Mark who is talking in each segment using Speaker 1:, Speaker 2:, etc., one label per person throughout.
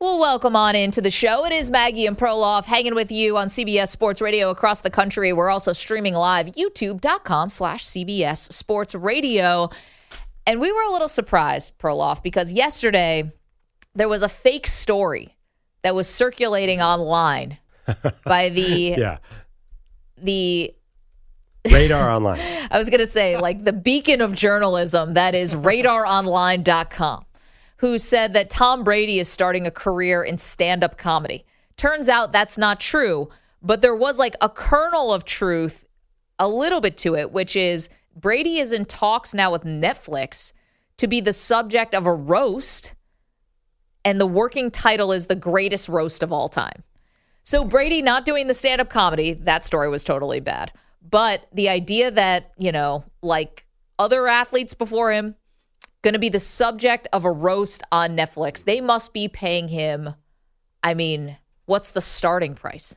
Speaker 1: Well, welcome on into the show. It is Maggie and Proloff hanging with you on CBS Sports Radio across the country. We're also streaming live, youtube.com slash CBS Sports Radio. And we were a little surprised, Proloff, because yesterday there was a fake story that was circulating online by the
Speaker 2: Yeah.
Speaker 1: the
Speaker 2: Radar online.
Speaker 1: I was going to say like the beacon of journalism that is radaronline.com who said that Tom Brady is starting a career in stand-up comedy. Turns out that's not true, but there was like a kernel of truth a little bit to it, which is Brady is in talks now with Netflix to be the subject of a roast and the working title is the greatest roast of all time. So Brady not doing the stand up comedy, that story was totally bad. But the idea that, you know, like other athletes before him, going to be the subject of a roast on Netflix, they must be paying him, I mean, what's the starting price?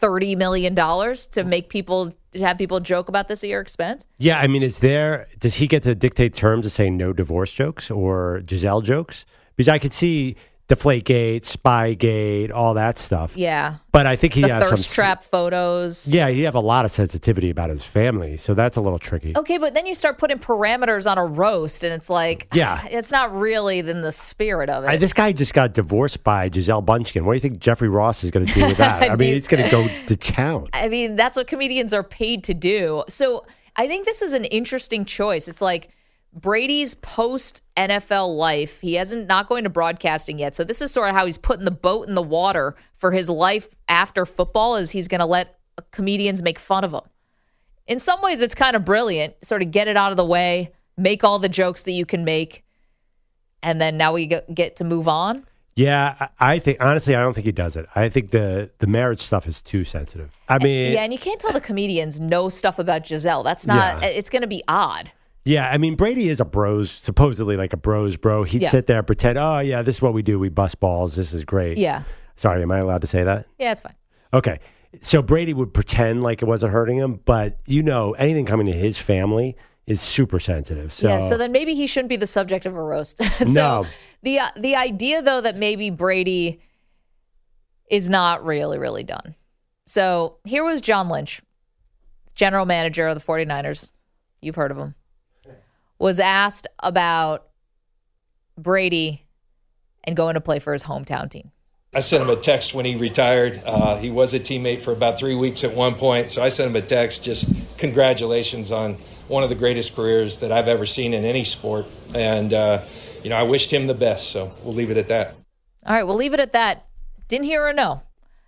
Speaker 1: $30 million to make people, to have people joke about this at your expense?
Speaker 2: Yeah, I mean, is there does he get to dictate terms of saying no divorce jokes or Giselle jokes? Because I could see Deflategate, Spygate, all that stuff.
Speaker 1: Yeah.
Speaker 2: But I think he
Speaker 1: The
Speaker 2: has
Speaker 1: thirst
Speaker 2: some
Speaker 1: trap photos.
Speaker 2: Yeah, he have a lot of sensitivity about his family, so that's a little tricky.
Speaker 1: Okay, but then you start putting parameters on a roast, and it's like,
Speaker 2: Yeah.
Speaker 1: it's not really in the spirit of it.
Speaker 2: I, Uh, this guy just got divorced by Giselle Bunchkin. What do you think Jeffrey Ross is going to do with that? I mean,
Speaker 1: Dude.
Speaker 2: he's going to go to town.
Speaker 1: I mean, that's what comedians are paid to do. So I think this is an interesting choice. It's like Brady's post NFL life. He hasn't not going to broadcasting yet. So this is sort of how he's putting the boat in the water for his life after football is he's going to let comedians make fun of him. In some ways it's kind of brilliant, sort of get it out of the way, make all the jokes that you can make. And then now we get- get to move on.
Speaker 2: Yeah, I, I think honestly, I don't think he does it. I think the the marriage stuff is too sensitive. I mean,
Speaker 1: Yeah, and you can't tell the comedians no stuff about Giselle. That's not
Speaker 2: Yeah.
Speaker 1: it's going to be odd.
Speaker 2: Yeah, I mean Brady is a bros, supposedly like a bros bro. He'd
Speaker 1: Yeah.
Speaker 2: sit there and pretend, oh yeah, this is what we do. We bust balls. This is great.
Speaker 1: Yeah.
Speaker 2: Sorry, am I allowed to say that?
Speaker 1: Yeah, it's fine.
Speaker 2: Okay. So Brady would pretend like it wasn't hurting him, but you know, anything coming to his family is super sensitive. So,
Speaker 1: yeah, so then maybe he shouldn't be the subject of a roast. so
Speaker 2: No.
Speaker 1: the uh, the idea though that maybe Brady is not really really done. So here was John Lynch, general manager of the 49ers. You've heard of him. Was asked about Brady and going to play for his hometown team.
Speaker 3: I sent him a text when he retired. Uh, he was a teammate for about three weeks at one point, so I sent him a text just congratulations on one of the greatest careers that I've ever seen in any sport. And, uh, you know, I wished him the best, so we'll leave it at that.
Speaker 1: All right, we'll leave it at that. Didn't hear or no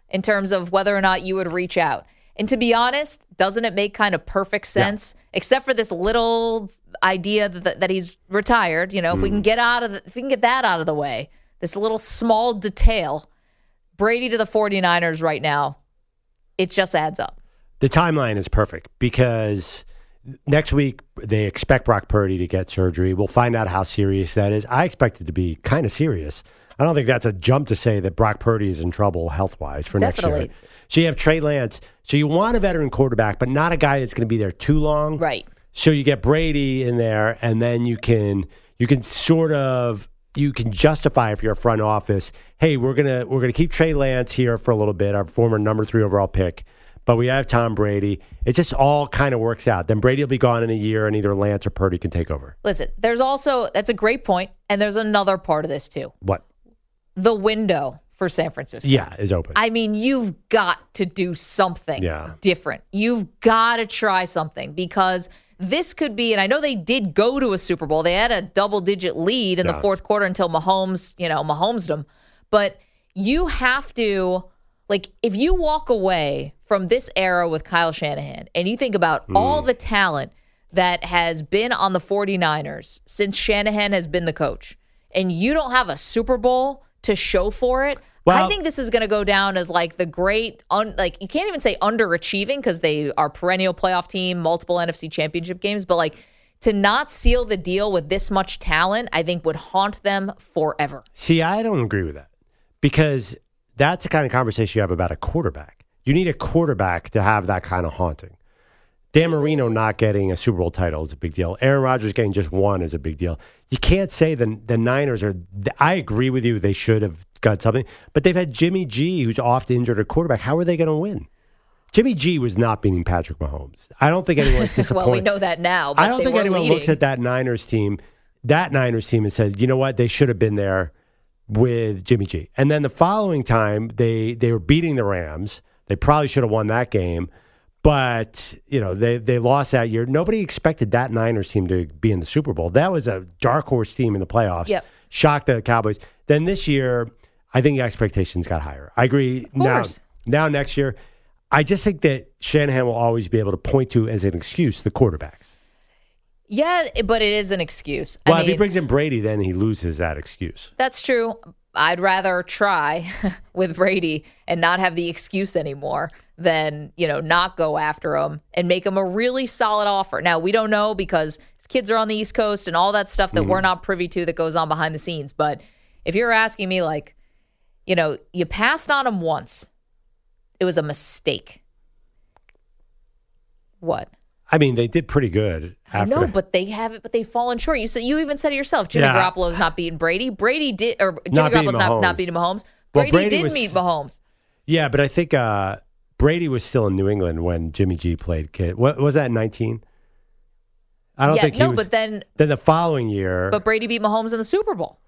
Speaker 1: in terms of whether or not you would reach out. And to be honest, doesn't it make kind of perfect sense, except for this little idea that, that he's retired? You know, if we can get out of the, if we can get that out of the way, this little small detail, Brady to the 49ers right now, it just adds up.
Speaker 2: The timeline is perfect because next week they expect Brock Purdy to get surgery. We'll find out how serious that is. I expect it to be kind of serious. I don't think that's a jump to say that Brock Purdy is in trouble health wise for next
Speaker 1: Definitely.
Speaker 2: year. So you have Trey Lance. So you want a veteran quarterback, but not a guy that's going to be there too long.
Speaker 1: Right.
Speaker 2: So you get Brady in there, and then you can you can sort of you can justify if you're a front office, hey, we're gonna we're gonna keep Trey Lance here for a little bit, our former number three overall pick, but we have Tom Brady. It just all kind of works out. Then Brady will be gone in a year, and either Lance or Purdy can take over.
Speaker 1: Listen, there's also, that's a great point, And there's another part of this too
Speaker 2: What?
Speaker 1: the window for San Francisco.
Speaker 2: Yeah, is open.
Speaker 1: I mean, you've got to do something
Speaker 2: Yeah.
Speaker 1: different. You've got to try something because this could be, and I know they did go to a Super Bowl. They had a double digit lead in the fourth quarter until Mahomes, you know, Mahomes them. But you have to, like, if you walk away from this era with Kyle Shanahan and you think about all the talent that has been on the 49ers since Shanahan has been the coach, and you don't have a Super Bowl to show for it, I
Speaker 2: Well-
Speaker 1: think this is going to go down as like the great, un, like you can't even say underachieving because they are perennial playoff team, multiple NFC Championship games, but like to not seal the deal with this much talent, I think would haunt them forever.
Speaker 2: See, I don't agree with that because that's the kind of conversation you have about a quarterback. You need a quarterback to have that kind of haunting. Dan Marino not getting a Super Bowl title is a big deal. Aaron Rodgers getting just one is a big deal. You can't say the the Niners are. I agree with you; they should have got something, but they've had Jimmy G, who's oft injured at quarterback. How are they going to win? Jimmy G was not beating Patrick Mahomes. I don't think anyone's disappointed.
Speaker 1: Well, we know that now. But
Speaker 2: I don't
Speaker 1: they
Speaker 2: think
Speaker 1: were
Speaker 2: anyone
Speaker 1: leading.
Speaker 2: looks at that Niners team, that Niners team, and said, you know what, they should have been there with Jimmy G. And then the following time, they they were beating the Rams. They probably should have won that game, but you know they they lost that year. Nobody expected that Niners team to be in the Super Bowl. That was a dark horse team in the playoffs.
Speaker 1: Yep.
Speaker 2: Shocked the Cowboys. Then this year, I think expectations got higher. I agree. Now,
Speaker 1: course.
Speaker 2: now next year. I just think that Shanahan will always be able to point to as an excuse the quarterbacks.
Speaker 1: Yeah, but it is an excuse.
Speaker 2: Well,
Speaker 1: I
Speaker 2: if he
Speaker 1: mean,
Speaker 2: brings in Brady, then he loses that excuse.
Speaker 1: That's true. I'd rather try with Brady and not have the excuse anymore than, you know, not go after him and make him a really solid offer. Now, we don't know because his kids are on the East Coast and all that stuff that we're not privy to that goes on behind the scenes. But if you're asking me, like, you know, you passed on him once, it was a mistake. What?
Speaker 2: I mean, they did pretty good. After.
Speaker 1: I know, but they haven't. But they've fallen short. You said you even said it yourself. Jimmy
Speaker 2: Yeah.
Speaker 1: Garoppolo's not beating Brady. Brady did, or Jimmy
Speaker 2: Not beating
Speaker 1: Garoppolo's not,
Speaker 2: Mahomes.
Speaker 1: not beating Mahomes.
Speaker 2: Well,
Speaker 1: Brady,
Speaker 2: Brady
Speaker 1: did
Speaker 2: was-
Speaker 1: meet Mahomes.
Speaker 2: yeah, but I think uh, Brady was still in New England when Jimmy G played. Kid, what was that? Nineteen? I don't
Speaker 1: yeah,
Speaker 2: think he
Speaker 1: no,
Speaker 2: was.
Speaker 1: but then,
Speaker 2: then the following year,
Speaker 1: but Brady beat Mahomes in the Super Bowl.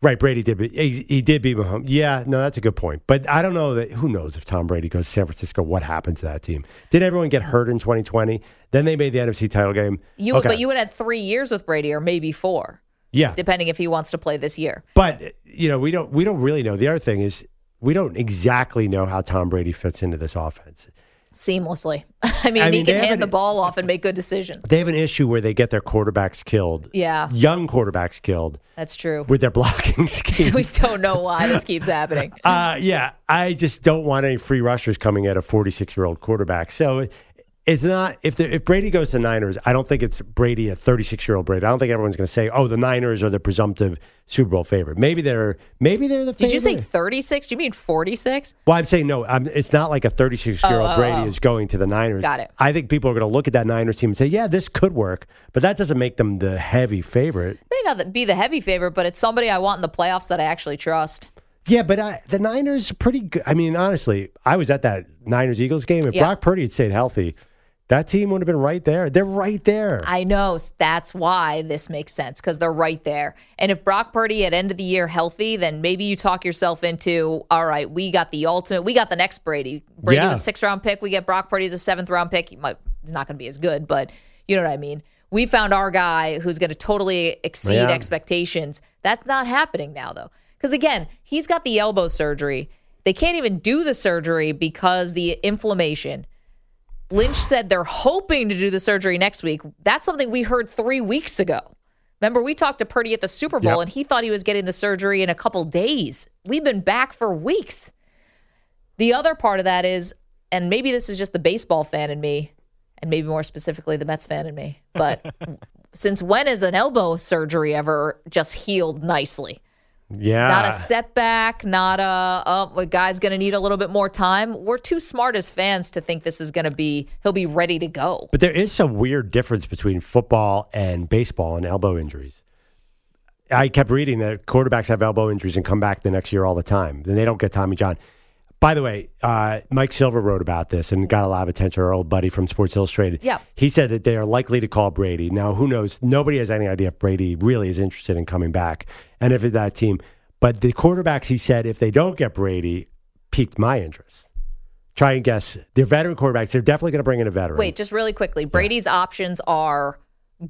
Speaker 2: right? Brady did. beat- He, he did beat Mahomes. Yeah, no, that's a good point. But I don't know that. Who knows if Tom Brady goes to San Francisco? What happens to that team? Did everyone get hurt in 2020? Then they made the NFC title game.
Speaker 1: You,
Speaker 2: Okay.
Speaker 1: but you would have had three years with Brady, or maybe four,
Speaker 2: yeah,
Speaker 1: depending if he wants to play this year.
Speaker 2: But you know, we don't we don't really know. The other thing is we don't exactly know how Tom Brady fits into this offense.
Speaker 1: Seamlessly. I mean,
Speaker 2: I
Speaker 1: he
Speaker 2: mean,
Speaker 1: can
Speaker 2: they
Speaker 1: hand
Speaker 2: haven't-
Speaker 1: the ball off and make good decisions.
Speaker 2: They have an issue where they get their quarterbacks killed,
Speaker 1: Yeah,
Speaker 2: young quarterbacks killed
Speaker 1: that's true.
Speaker 2: with their blocking scheme.
Speaker 1: we don't know why this keeps happening.
Speaker 2: uh, yeah, I just don't want any free rushers coming at a 46 year old quarterback. So it- it's not if the, if Brady goes to Niners, I don't think it's Brady a 36 year old Brady. I don't think everyone's going to say, "Oh, the Niners are the presumptive Super Bowl favorite." Maybe they're maybe they're the.
Speaker 1: Did you say
Speaker 2: favorite.
Speaker 1: 36? Do you mean 46?
Speaker 2: Well, I'm saying no. I'm, it's not like a 36 year old
Speaker 1: Oh, oh,
Speaker 2: Brady
Speaker 1: oh.
Speaker 2: is going to the Niners.
Speaker 1: Got it.
Speaker 2: I think people are going to look at that Niners team and say, "Yeah, this could work," but that doesn't make them the heavy favorite.
Speaker 1: may not th- be the heavy favorite, but it's somebody I want in the playoffs that I actually trust.
Speaker 2: Yeah, but I, the Niners are pretty good. I mean, honestly, I was at that Niners Eagles game. If
Speaker 1: Yeah.
Speaker 2: Brock Purdy had stayed healthy, that team would have been right there. They're right there.
Speaker 1: I know s- that's why this makes sense because they're right there. And if Brock Purdy at end of the year healthy, then maybe you talk yourself into all right. We got the ultimate. We got the next Brady. Brady
Speaker 2: Yeah.
Speaker 1: was a sixth round pick. We get Brock Purdy as a seventh round pick. He might he's not going to be as good, but you know what I mean. We found our guy who's going to totally exceed
Speaker 2: Yeah.
Speaker 1: expectations. That's not happening now though. Because again, he's got the elbow surgery. They can't even do the surgery because the inflammation. Lynch said they're hoping to do the surgery next week. That's something we heard three weeks ago. Remember, we talked to Purdy at the Super Bowl,
Speaker 2: Yep.
Speaker 1: and he thought he was getting the surgery in a couple days. We've been back for weeks. The other part of that is, and maybe this is just the baseball fan in me, and maybe more specifically the Mets fan in me, but since when is an elbow surgery ever just healed nicely?
Speaker 2: Yeah.
Speaker 1: not a setback, not a oh, the guy's going to need a little bit more time. We're too smart as fans to think this is going to be he'll be ready to go.
Speaker 2: But there is some weird difference between football and baseball and elbow injuries. I kept reading that quarterbacks have elbow injuries and come back the next year all the time. Then they don't get Tommy John. By the way, uh, Mike Silver wrote about this and got a lot of attention. Our old buddy from Sports Illustrated.
Speaker 1: Yeah.
Speaker 2: He said that they are likely to call Brady. Now, who knows? Nobody has any idea if Brady really is interested in coming back and if it's that team. But the quarterbacks, he said, if they don't get Brady, piqued my interest. Try and guess. They're veteran quarterbacks. They're definitely going to bring in a veteran.
Speaker 1: Wait, just really quickly. Brady's options are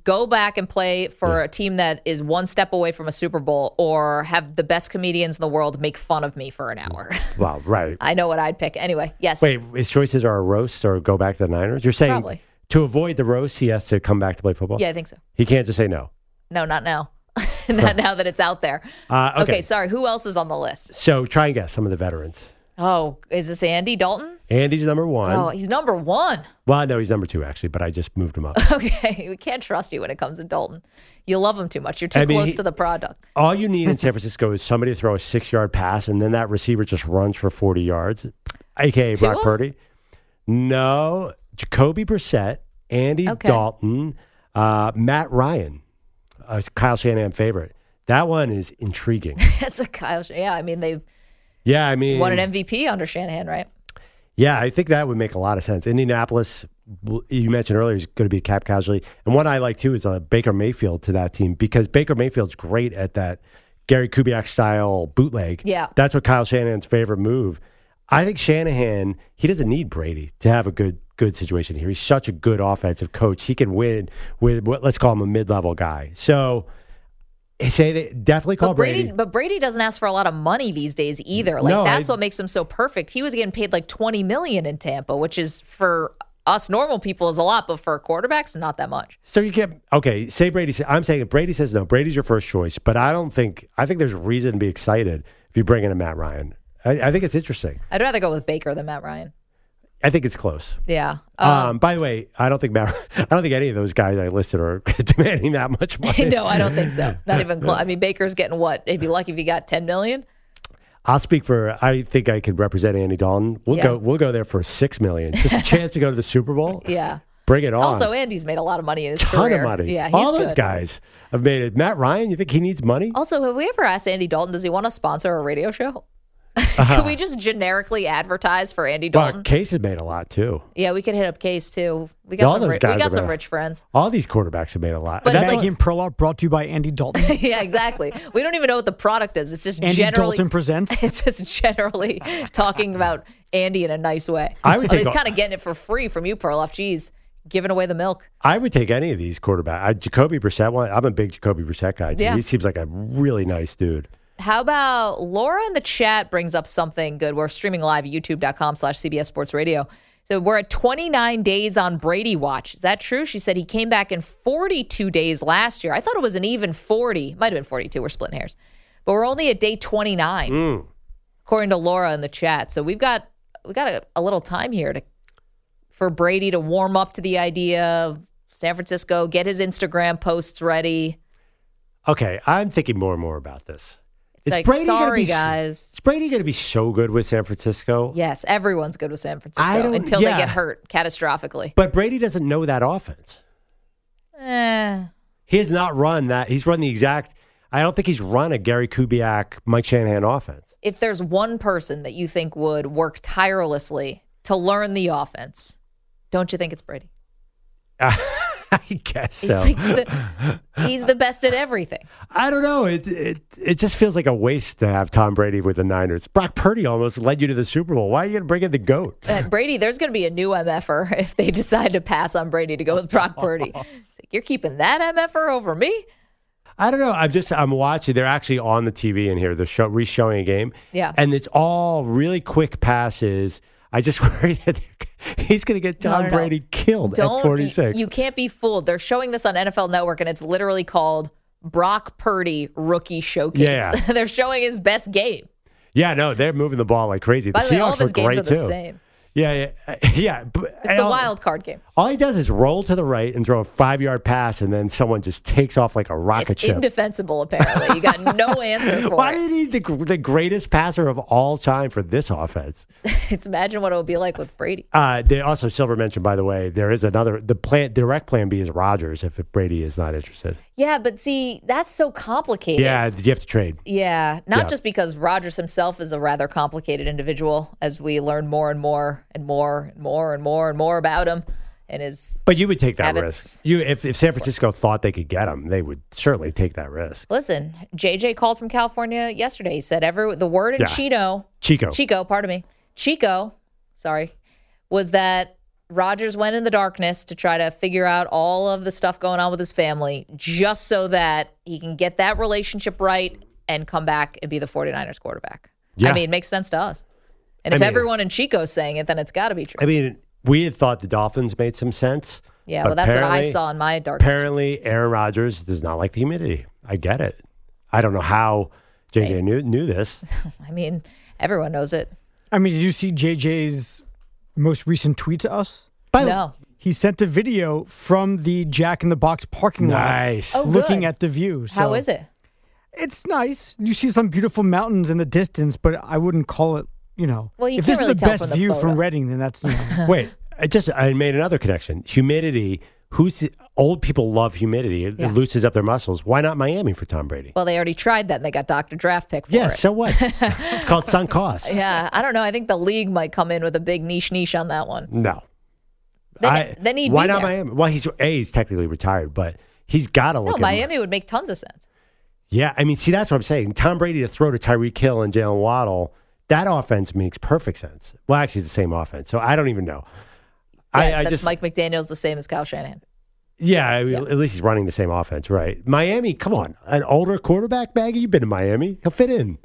Speaker 1: go back and play for a team that is one step away from a Super Bowl or have the best comedians in the world make fun of me for an hour.
Speaker 2: Well, right.
Speaker 1: I know what I'd pick. Anyway, yes.
Speaker 2: Wait, his choices are a roast or go back to the Niners? You're saying
Speaker 1: Probably.
Speaker 2: to avoid the roast, he has to come back to play football?
Speaker 1: Yeah, I think so.
Speaker 2: He can't just say no.
Speaker 1: No, not now. not now that it's out there.
Speaker 2: Uh, okay.
Speaker 1: sorry. Who else is on the list?
Speaker 2: So try and guess some of the veterans.
Speaker 1: Oh, is this Andy Dalton?
Speaker 2: Andy's number one.
Speaker 1: Oh, he's number one.
Speaker 2: Well, no, he's number two, actually, but I just moved him up.
Speaker 1: Okay, we can't trust you when it comes to Dalton. You love him too much. You're too
Speaker 2: I mean,
Speaker 1: close
Speaker 2: he-
Speaker 1: to the product.
Speaker 2: All you need in San Francisco is somebody to throw a six yard pass, and then that receiver just runs for 40 yards, AKA Brock
Speaker 1: Tua?
Speaker 2: Purdy. No, Jacoby Brissett, Andy
Speaker 1: Okay.
Speaker 2: Dalton, uh, Matt Ryan, uh, Kyle Shanahan favorite. That one is intriguing.
Speaker 1: That's a Kyle. Shan- Yeah, I mean they
Speaker 2: yeah, I mean,
Speaker 1: won an MVP under Shanahan, right?
Speaker 2: Yeah, I think that would make a lot of sense. Indianapolis, w- you mentioned earlier, is going to be a cap casualty. And one I like too is uh, Baker Mayfield to that team because Baker Mayfield's great at that Gary Kubiak style bootleg.
Speaker 1: Yeah.
Speaker 2: That's what Kyle Shanahan's favorite move. I think Shanahan, he doesn't need Brady to have a good good situation here. He's such a good offensive coach. He can win with what let's call him a mid level guy. So eh, say they definitely call
Speaker 1: But Brady,
Speaker 2: Brady.
Speaker 1: but Brady doesn't ask for a lot of money these days either. Like
Speaker 2: No,
Speaker 1: that's
Speaker 2: I-
Speaker 1: what makes him so perfect. He was getting paid like 20 million in Tampa, which is for us normal people is a lot, but for quarterbacks, not that much.
Speaker 2: So you can't. Okay, say Brady. sa- I'm saying if Brady says no, Brady's your first choice. But I don't think. I think there's reason to be excited if you bring in a Matt Ryan. I, I think it's interesting.
Speaker 1: I'd rather go with Baker than Matt Ryan.
Speaker 2: I think it's close.
Speaker 1: Yeah. Uh,
Speaker 2: Um, by the way, I don't think Matt. I don't think any of those guys I listed are demanding that much money.
Speaker 1: Uh, no, I don't think so. Not even close. I mean, Baker's getting what? He'd be lucky if he got 10 million.
Speaker 2: I'll speak for. I think I could represent Andy Dalton. We'll
Speaker 1: Yeah.
Speaker 2: go. We'll go there for six million. Just a chance to go to the Super Bowl.
Speaker 1: Yeah.
Speaker 2: Bring it on.
Speaker 1: Also, Andy's made a lot of money in his
Speaker 2: ton
Speaker 1: career.
Speaker 2: of money.
Speaker 1: Yeah, he's
Speaker 2: all those
Speaker 1: good.
Speaker 2: guys have made it. Matt Ryan. You think he needs money?
Speaker 1: Also, have we ever asked Andy Dalton, does he want to sponsor a radio show? Can we just generically advertise for Andy Dalton?
Speaker 2: Well, Case has made a lot too.
Speaker 1: Yeah, we could hit up Case too. We got
Speaker 2: All
Speaker 1: some
Speaker 2: those
Speaker 1: ri- we
Speaker 2: guys
Speaker 1: got
Speaker 2: are
Speaker 1: some
Speaker 2: bad.
Speaker 1: rich friends.
Speaker 2: All these quarterbacks have made a lot.
Speaker 1: But
Speaker 2: That's
Speaker 1: it's
Speaker 2: like-
Speaker 1: like-
Speaker 4: Making Prologue brought to you by Andy Dalton.
Speaker 1: yeah, exactly. We don't even know what the product is. It's just
Speaker 4: Andy
Speaker 1: generally
Speaker 4: Dalton presents.
Speaker 1: it's just generally talking about Andy in a nice way.
Speaker 2: I would
Speaker 1: Although
Speaker 2: take
Speaker 1: he's
Speaker 2: all-
Speaker 1: kind of getting it for free from you, Perloff. Geez, giving away the milk.
Speaker 2: I would take any of these quarterbacks. I, Jacoby Brissett. One, I'm a big Jacoby Brissett guy. too.
Speaker 1: Yeah.
Speaker 2: He seems like a really nice dude.
Speaker 1: How about Laura in the chat brings up something good. We're streaming live at youtube.com slash CBS Sports Radio. So we're at 29 days on Brady watch. Is that true? She said he came back in 42 days last year. I thought it was an even 40. Might have been 42. We're splitting hairs. But we're only at day 29, according to Laura in the chat. So we've got we got a, a little time here to for Brady to warm up to the idea of San Francisco, get his Instagram posts ready.
Speaker 2: Okay, I'm thinking more and more about this.
Speaker 1: It's like,
Speaker 2: gonna
Speaker 1: sorry,
Speaker 2: be,
Speaker 1: guys.
Speaker 2: Is Brady going to be so good with San Francisco?
Speaker 1: Yes, everyone's good with San Francisco
Speaker 2: I don't-
Speaker 1: until
Speaker 2: yeah.
Speaker 1: they get hurt catastrophically.
Speaker 2: But Brady doesn't know that offense.
Speaker 1: Eh,
Speaker 2: He has not run that. He's run the exact. I don't think he's run a Gary Kubiak, Mike Shanahan offense.
Speaker 1: if there's one person that you think would work tirelessly to learn the offense, don't you think it's Brady?
Speaker 2: I guess
Speaker 1: He's
Speaker 2: so.
Speaker 1: like the, he's the best at everything.
Speaker 2: I don't know. It, it it just feels like a waste to have Tom Brady with the Niners. Brock Purdy almost led you to the Super Bowl. Why are you going to bring in the goat?
Speaker 1: Uh, Brady, there's going to be a new MFer if they decide to pass on Brady to go with Brock Purdy. It's like, You're keeping that MFer er over me?
Speaker 2: I don't know. I'm just I'm watching. They're actually on the TV in here. They're show, re-showing a game.
Speaker 1: Yeah.
Speaker 2: and it's all really quick passes. I just worry that they're- he's going to get Tom
Speaker 1: No, no, no.
Speaker 2: Brady killed at 46.
Speaker 1: You can't be fooled. They're showing this on NFL Network, and it's literally called Brock Purdy Rookie Showcase.
Speaker 2: Yeah.
Speaker 1: They're showing his best game.
Speaker 2: yeah, no, they're moving the ball like crazy. The
Speaker 1: By the way, all
Speaker 2: Seahawks
Speaker 1: of his
Speaker 2: look
Speaker 1: games
Speaker 2: great
Speaker 1: are the
Speaker 2: too.
Speaker 1: same.
Speaker 2: Yeah, yeah, yeah. But,
Speaker 1: It's the wild card game.
Speaker 2: All he does is roll to the right and throw a five-yard pass, and then someone just takes off like a rocket
Speaker 1: It's
Speaker 2: ship.
Speaker 1: indefensible, apparently. You got no answer for
Speaker 2: Why
Speaker 1: it.
Speaker 2: do you need the, gr- the greatest passer of all time for this offense?
Speaker 1: Imagine what it would be like with Brady.
Speaker 2: Uh, they also Silver mentioned, by the way, there is another the plan direct plan B is Rogers if Brady is not interested.
Speaker 1: Yeah, but see, that's so complicated.
Speaker 2: Yeah, you have to trade.
Speaker 1: Yeah, not
Speaker 2: Yeah.
Speaker 1: just because Rogers himself is a rather complicated individual, as we learn more and more and more and more and more and more about him and his
Speaker 2: But you would take that
Speaker 1: Habits.
Speaker 2: risk. You if, if San Francisco thought they could get him, they would certainly take that risk.
Speaker 1: Listen, JJ called from California yesterday. He said every the word in
Speaker 2: Yeah.
Speaker 1: Chino,
Speaker 2: Chico.
Speaker 1: Chico, pardon me, Chico, sorry, was that Rogers went in the darkness to try to figure out all of the stuff going on with his family, just so that he can get that relationship right and come back and be the 49ers quarterback.
Speaker 2: Yeah.
Speaker 1: I mean, it makes sense to us. And
Speaker 2: I
Speaker 1: if
Speaker 2: mean-
Speaker 1: everyone in Chico's saying it, then it's got to be true.
Speaker 2: I mean, we had thought the Dolphins made some sense.
Speaker 1: yeah,
Speaker 2: but
Speaker 1: well, that's what I
Speaker 2: apparently-
Speaker 1: saw in my darkness.
Speaker 2: Apparently, Aaron Rodgers does not like the humidity. I get it. I don't know how JJ knew, knew this.
Speaker 1: I mean, everyone knows it.
Speaker 4: I mean, did you see JJ's most recent tweet to us? By
Speaker 1: No.
Speaker 4: he sent a video from the Jack in the Box parking
Speaker 2: Nice.
Speaker 1: Oh,
Speaker 4: lot, looking
Speaker 1: good.
Speaker 4: at the view. So
Speaker 1: How is it?
Speaker 4: It's nice. You see some beautiful mountains in the distance, but I wouldn't call it. You know,
Speaker 1: Well, you
Speaker 4: if this
Speaker 1: can't really
Speaker 4: is the
Speaker 1: tell
Speaker 4: best
Speaker 1: from the
Speaker 4: view
Speaker 1: photo.
Speaker 4: from Reading, then that's you know,
Speaker 2: Wait, I just I made another connection. Humidity. Who's old people love humidity? It,
Speaker 1: Yeah.
Speaker 2: it loosens up their muscles. Why not Miami for Tom Brady?
Speaker 1: Well, they already tried that and they got Dr. Draft Pick for
Speaker 2: Yes.
Speaker 1: it.
Speaker 2: so what? it's called sunk cost.
Speaker 1: Yeah, I don't know. I think the league might come in with a big niche niche on that one.
Speaker 2: No.
Speaker 1: Then-
Speaker 2: I-
Speaker 1: then he'd
Speaker 2: why
Speaker 1: be
Speaker 2: not
Speaker 1: there.
Speaker 2: Miami? Well, he's a he's technically retired, but he's got to look.
Speaker 1: No,
Speaker 2: at-
Speaker 1: Miami would make tons of sense.
Speaker 2: Yeah, I mean, see, that's what I'm saying. Tom Brady to throw to Tyreek Hill and Jalen Waddle. That offense makes perfect sense. Well, actually, it's the same offense. So I don't even know.
Speaker 1: Yeah,
Speaker 2: I, I
Speaker 1: that's
Speaker 2: just
Speaker 1: Mike McDaniel's the same as Kyle Shanahan.
Speaker 2: Yeah, I mean, at least he's running the same offense, right? Miami, come on, an older quarterback, Maggie. You've been to Miami; he'll fit in.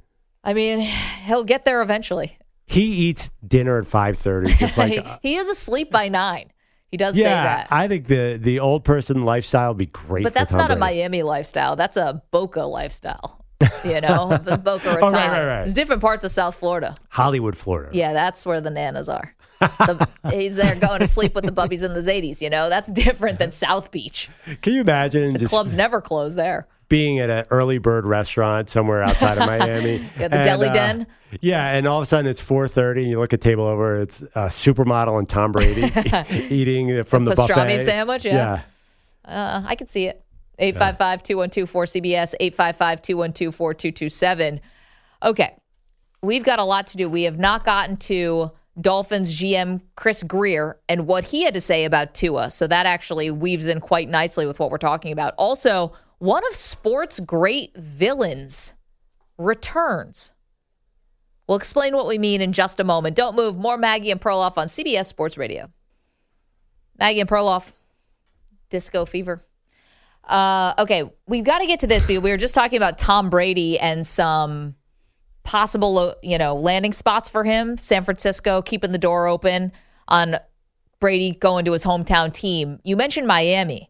Speaker 1: I mean, he'll get there eventually.
Speaker 2: He eats dinner at five thirty, just like. uh,
Speaker 1: he, he
Speaker 4: uh,
Speaker 1: is asleep by nine. He does say
Speaker 2: yeah,
Speaker 1: that.
Speaker 2: I think the the old person lifestyle would be great.
Speaker 1: but
Speaker 2: for
Speaker 1: that's
Speaker 2: Tom
Speaker 1: not a
Speaker 2: Brady.
Speaker 1: Miami lifestyle. That's a Boca lifestyle. You know, the Boca Raton.
Speaker 2: Oh, right, right, right.
Speaker 1: There's different parts of South Florida.
Speaker 2: Hollywood, Florida.
Speaker 1: Yeah, that's where the nanas are. The, he's there going to sleep with the bubbies in the Zadies. You know, that's different than South Beach.
Speaker 2: Can you imagine
Speaker 1: The
Speaker 2: just
Speaker 1: clubs never close there.
Speaker 2: being at an early bird restaurant somewhere outside of Miami? uh,
Speaker 1: Yeah, the deli den.
Speaker 2: Yeah, and all of a sudden it's four thirty, and you look at table over, it's a supermodel and Tom Brady eating from the,
Speaker 1: pastrami
Speaker 2: buffet
Speaker 1: sandwich, yeah.
Speaker 2: yeah.
Speaker 1: Uh, I could see it. 855 212 4CBS, 855 212 4227. Okay. We've got a lot to do. We have not gotten to Dolphins GM Chris Greer and what he had to say about Tua. So that actually weaves in quite nicely with what we're talking about. Also, one of sports' great villains returns. We'll explain what we mean in just a moment. Don't move. More Maggie and Perloff on CBS Sports Radio. Maggie and Perloff. Disco Fever. Uh, okay, we've got to get to this because we were just talking about Tom Brady and some possible, lo- you know, landing spots for him. San Francisco keeping the door open on Brady going to his hometown team. You mentioned Miami.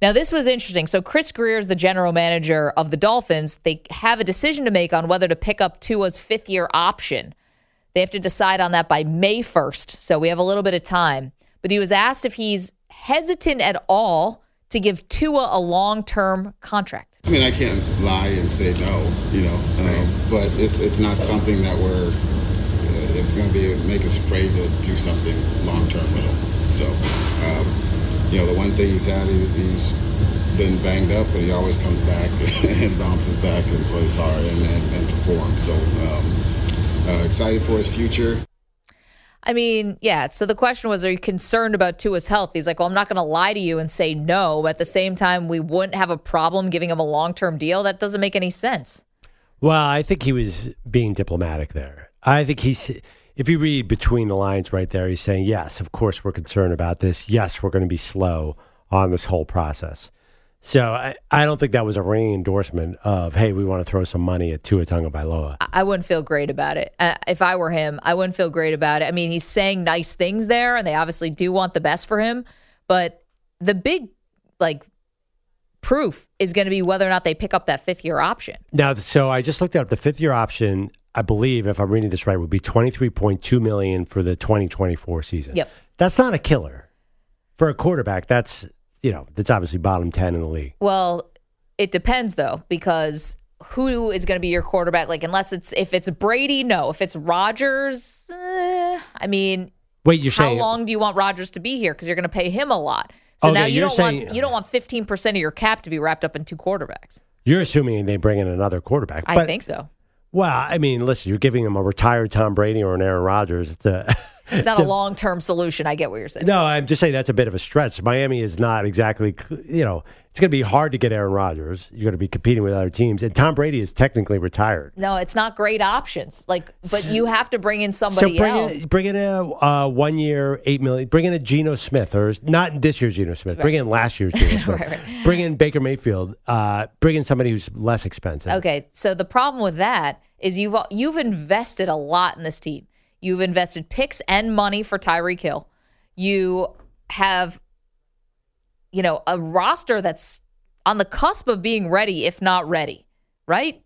Speaker 1: Now this was interesting. So Chris Greer is the general manager of the Dolphins. They have a decision to make on whether to pick up Tua's fifth year option. They have to decide on that by May 1st. So we have a little bit of time. But he was asked if he's hesitant at all to give Tua a long term contract.
Speaker 5: I mean, I can't lie and say no, you know, um, but it's it's not something that we're. uh, It's going to be make us afraid to do something long term with him. So, um, you know, the one thing he's had is he's been banged up, but he always comes back and bounces back and plays hard and, and, and performs. So, um, uh, excited for his future.
Speaker 1: I mean, yeah. So the question was, are you concerned about Tua's health? He's like, well, I'm not going to lie to you and say no. But at the same time, we wouldn't have a problem giving him a long term deal. That doesn't make any sense.
Speaker 2: Well, I think he was being diplomatic there. I think he's, if you read between the lines right there, he's saying, yes, of course, we're concerned about this. Yes, we're going to be slow on this whole process. So I, I don't think that was a ringing endorsement of, hey, we want to throw some money at Tua Tonga Bailoa.
Speaker 1: I wouldn't feel great about it. Uh, if I were him, I wouldn't feel great about it. I mean, he's saying nice things there, and they obviously do want the best for him. But the big, like, proof is going to be whether or not they pick up that fifth year option.
Speaker 2: Now, so I just looked up the fifth year option. I believe, if I'm reading this right, would be 23.2 million for the 2024 season.
Speaker 1: Yep.
Speaker 2: That's not a killer for a quarterback. That's you know that's obviously bottom 10 in the league.
Speaker 1: Well, it depends though, because who is going to be your quarterback? Like, unless it's if it's Brady, no. If it's Rogers, eh, I mean,
Speaker 2: Wait, you're
Speaker 1: how
Speaker 2: saying
Speaker 1: long do you want Rogers to be here? Because you're going to pay him a lot. So
Speaker 2: Okay,
Speaker 1: now you
Speaker 2: you're
Speaker 1: don't
Speaker 2: saying-
Speaker 1: want you don't want 15 percent of your cap to be wrapped up in two quarterbacks.
Speaker 2: you're assuming they bring in another quarterback?
Speaker 1: I
Speaker 2: but-
Speaker 1: think so.
Speaker 2: Well, I mean, listen, you're giving him a retired Tom Brady or an Aaron Rodgers. To,
Speaker 1: It's not a long term solution. I get what you're saying.
Speaker 2: no, I'm just saying that's a bit of a stretch. Miami is not exactly, you know, it's going to be hard to get Aaron Rodgers. You're going to be competing with other teams, and Tom Brady is technically retired.
Speaker 1: No, it's not great options. Like, but you have to bring in somebody
Speaker 2: so bring
Speaker 1: else.
Speaker 2: in, bring in a uh, one year eight million. Bring in a Geno Smith or not this year's Geno Smith. Bring in last year's Geno Smith.
Speaker 1: right.
Speaker 2: Bring in Baker Mayfield. Uh, bring in somebody who's less expensive.
Speaker 1: Okay, so the problem with that is you've you've invested a lot in this team. You've invested picks and money for Tyreek Hill. You have, you know, a roster that's on the cusp of being ready, if not ready, right?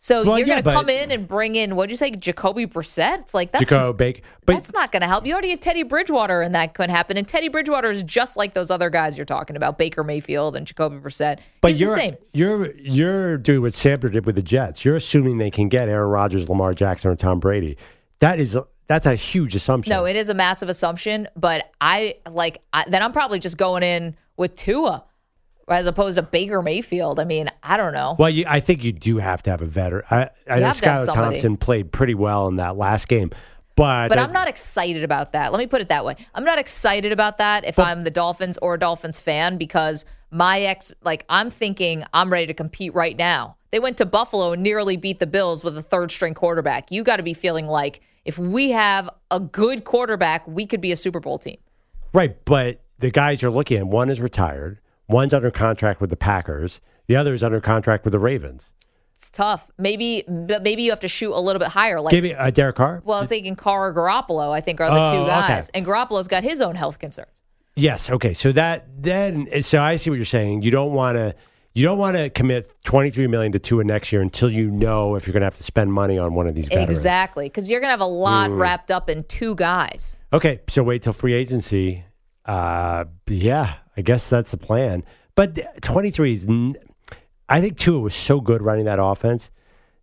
Speaker 1: So
Speaker 2: Well,
Speaker 1: you're
Speaker 2: yeah,
Speaker 1: going to
Speaker 2: but-
Speaker 1: come in and bring in what'd you say, Jacoby Brissett? It's like that's
Speaker 2: Jaco Baker. But
Speaker 1: that's not going to help. You already had Teddy Bridgewater, and that couldn't happen. And Teddy Bridgewater is just like those other guys you're talking about, Baker Mayfield and Jacoby Brissett.
Speaker 2: But
Speaker 1: He's
Speaker 2: you're,
Speaker 1: the same.
Speaker 2: you're you're doing what Samper did with the Jets. You're assuming they can get Aaron Rodgers, Lamar Jackson, or Tom Brady. That is that's a huge assumption.
Speaker 1: No, it is a massive assumption, but I like I, then I'm probably just going in with Tua as opposed to Baker Mayfield. I mean, I don't know.
Speaker 2: well, you, I think you do have to have a veteran. I, I
Speaker 1: You
Speaker 2: know
Speaker 1: have to have
Speaker 2: Skylar
Speaker 1: somebody.
Speaker 2: Thompson played pretty well in that last game, but
Speaker 1: but I'm not excited about that. Let me put it that way. I'm not excited about that if I'm the Dolphins or a Dolphins fan because my ex like I'm thinking I'm ready to compete right now. They went to Buffalo and nearly beat the Bills with a third string quarterback. You got to be feeling like if we have a good quarterback, we could be a Super Bowl team.
Speaker 2: right. But the guys you're looking at, one is retired, one's under contract with the Packers, the other is under contract with the Ravens.
Speaker 1: It's tough. Maybe but maybe you have to shoot a little bit higher like
Speaker 2: Give me uh, Derek Carr.
Speaker 1: Well, I was thinking Carr or Garoppolo, I think, are the
Speaker 2: Oh,
Speaker 1: two
Speaker 2: okay.
Speaker 1: guys. And Garoppolo's got his own health concerns.
Speaker 2: Yes. Okay. So that then, so I see what you're saying. You don't want to, you don't want to commit 23 million to Tua next year until you know if you're going to have to spend money on one of these veterans.
Speaker 1: Exactly. Because you're going to have a lot wrapped up in two guys.
Speaker 2: Okay. So wait till free agency. Uh, yeah, I guess that's the plan. But 23 is, n- I think Tua was so good running that offense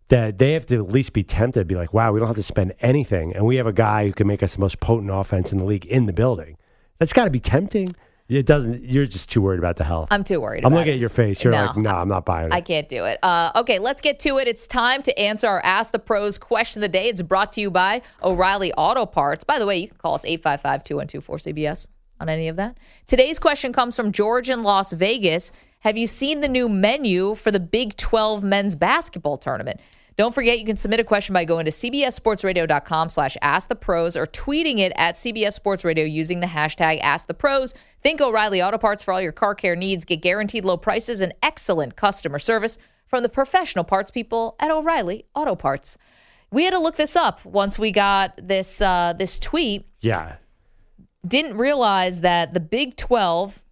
Speaker 2: that they have to at least be tempted to be like, wow, we don't have to spend anything, and we have a guy who can make us the most potent offense in the league in the building. That's got to be tempting. It doesn't. You're just too worried about the health.
Speaker 1: I'm too worried
Speaker 2: I'm
Speaker 1: about
Speaker 2: looking
Speaker 1: it.
Speaker 2: at your face. You're
Speaker 1: No,
Speaker 2: like, no, I'm not buying it.
Speaker 1: I can't do it. Uh, okay, let's get to it. It's time to answer our Ask the Pros question of the day. It's brought to you by O'Reilly Auto Parts. By the way, you can call us 855 212 cbs on any of that. Today's question comes from George in Las Vegas. Have you seen the new menu for the Big 12 men's basketball tournament? Don't forget, you can submit a question by going to cbssportsradio.com slash ask the pros or tweeting it at CBS Sports Radio using the hashtag ask the pros. Think O'Reilly Auto Parts for all your car care needs. Get guaranteed low prices and excellent customer service from the professional parts people at O'Reilly Auto Parts. We had to look this up once we got this uh, this tweet
Speaker 2: yeah.
Speaker 1: didn't realize that the Big 12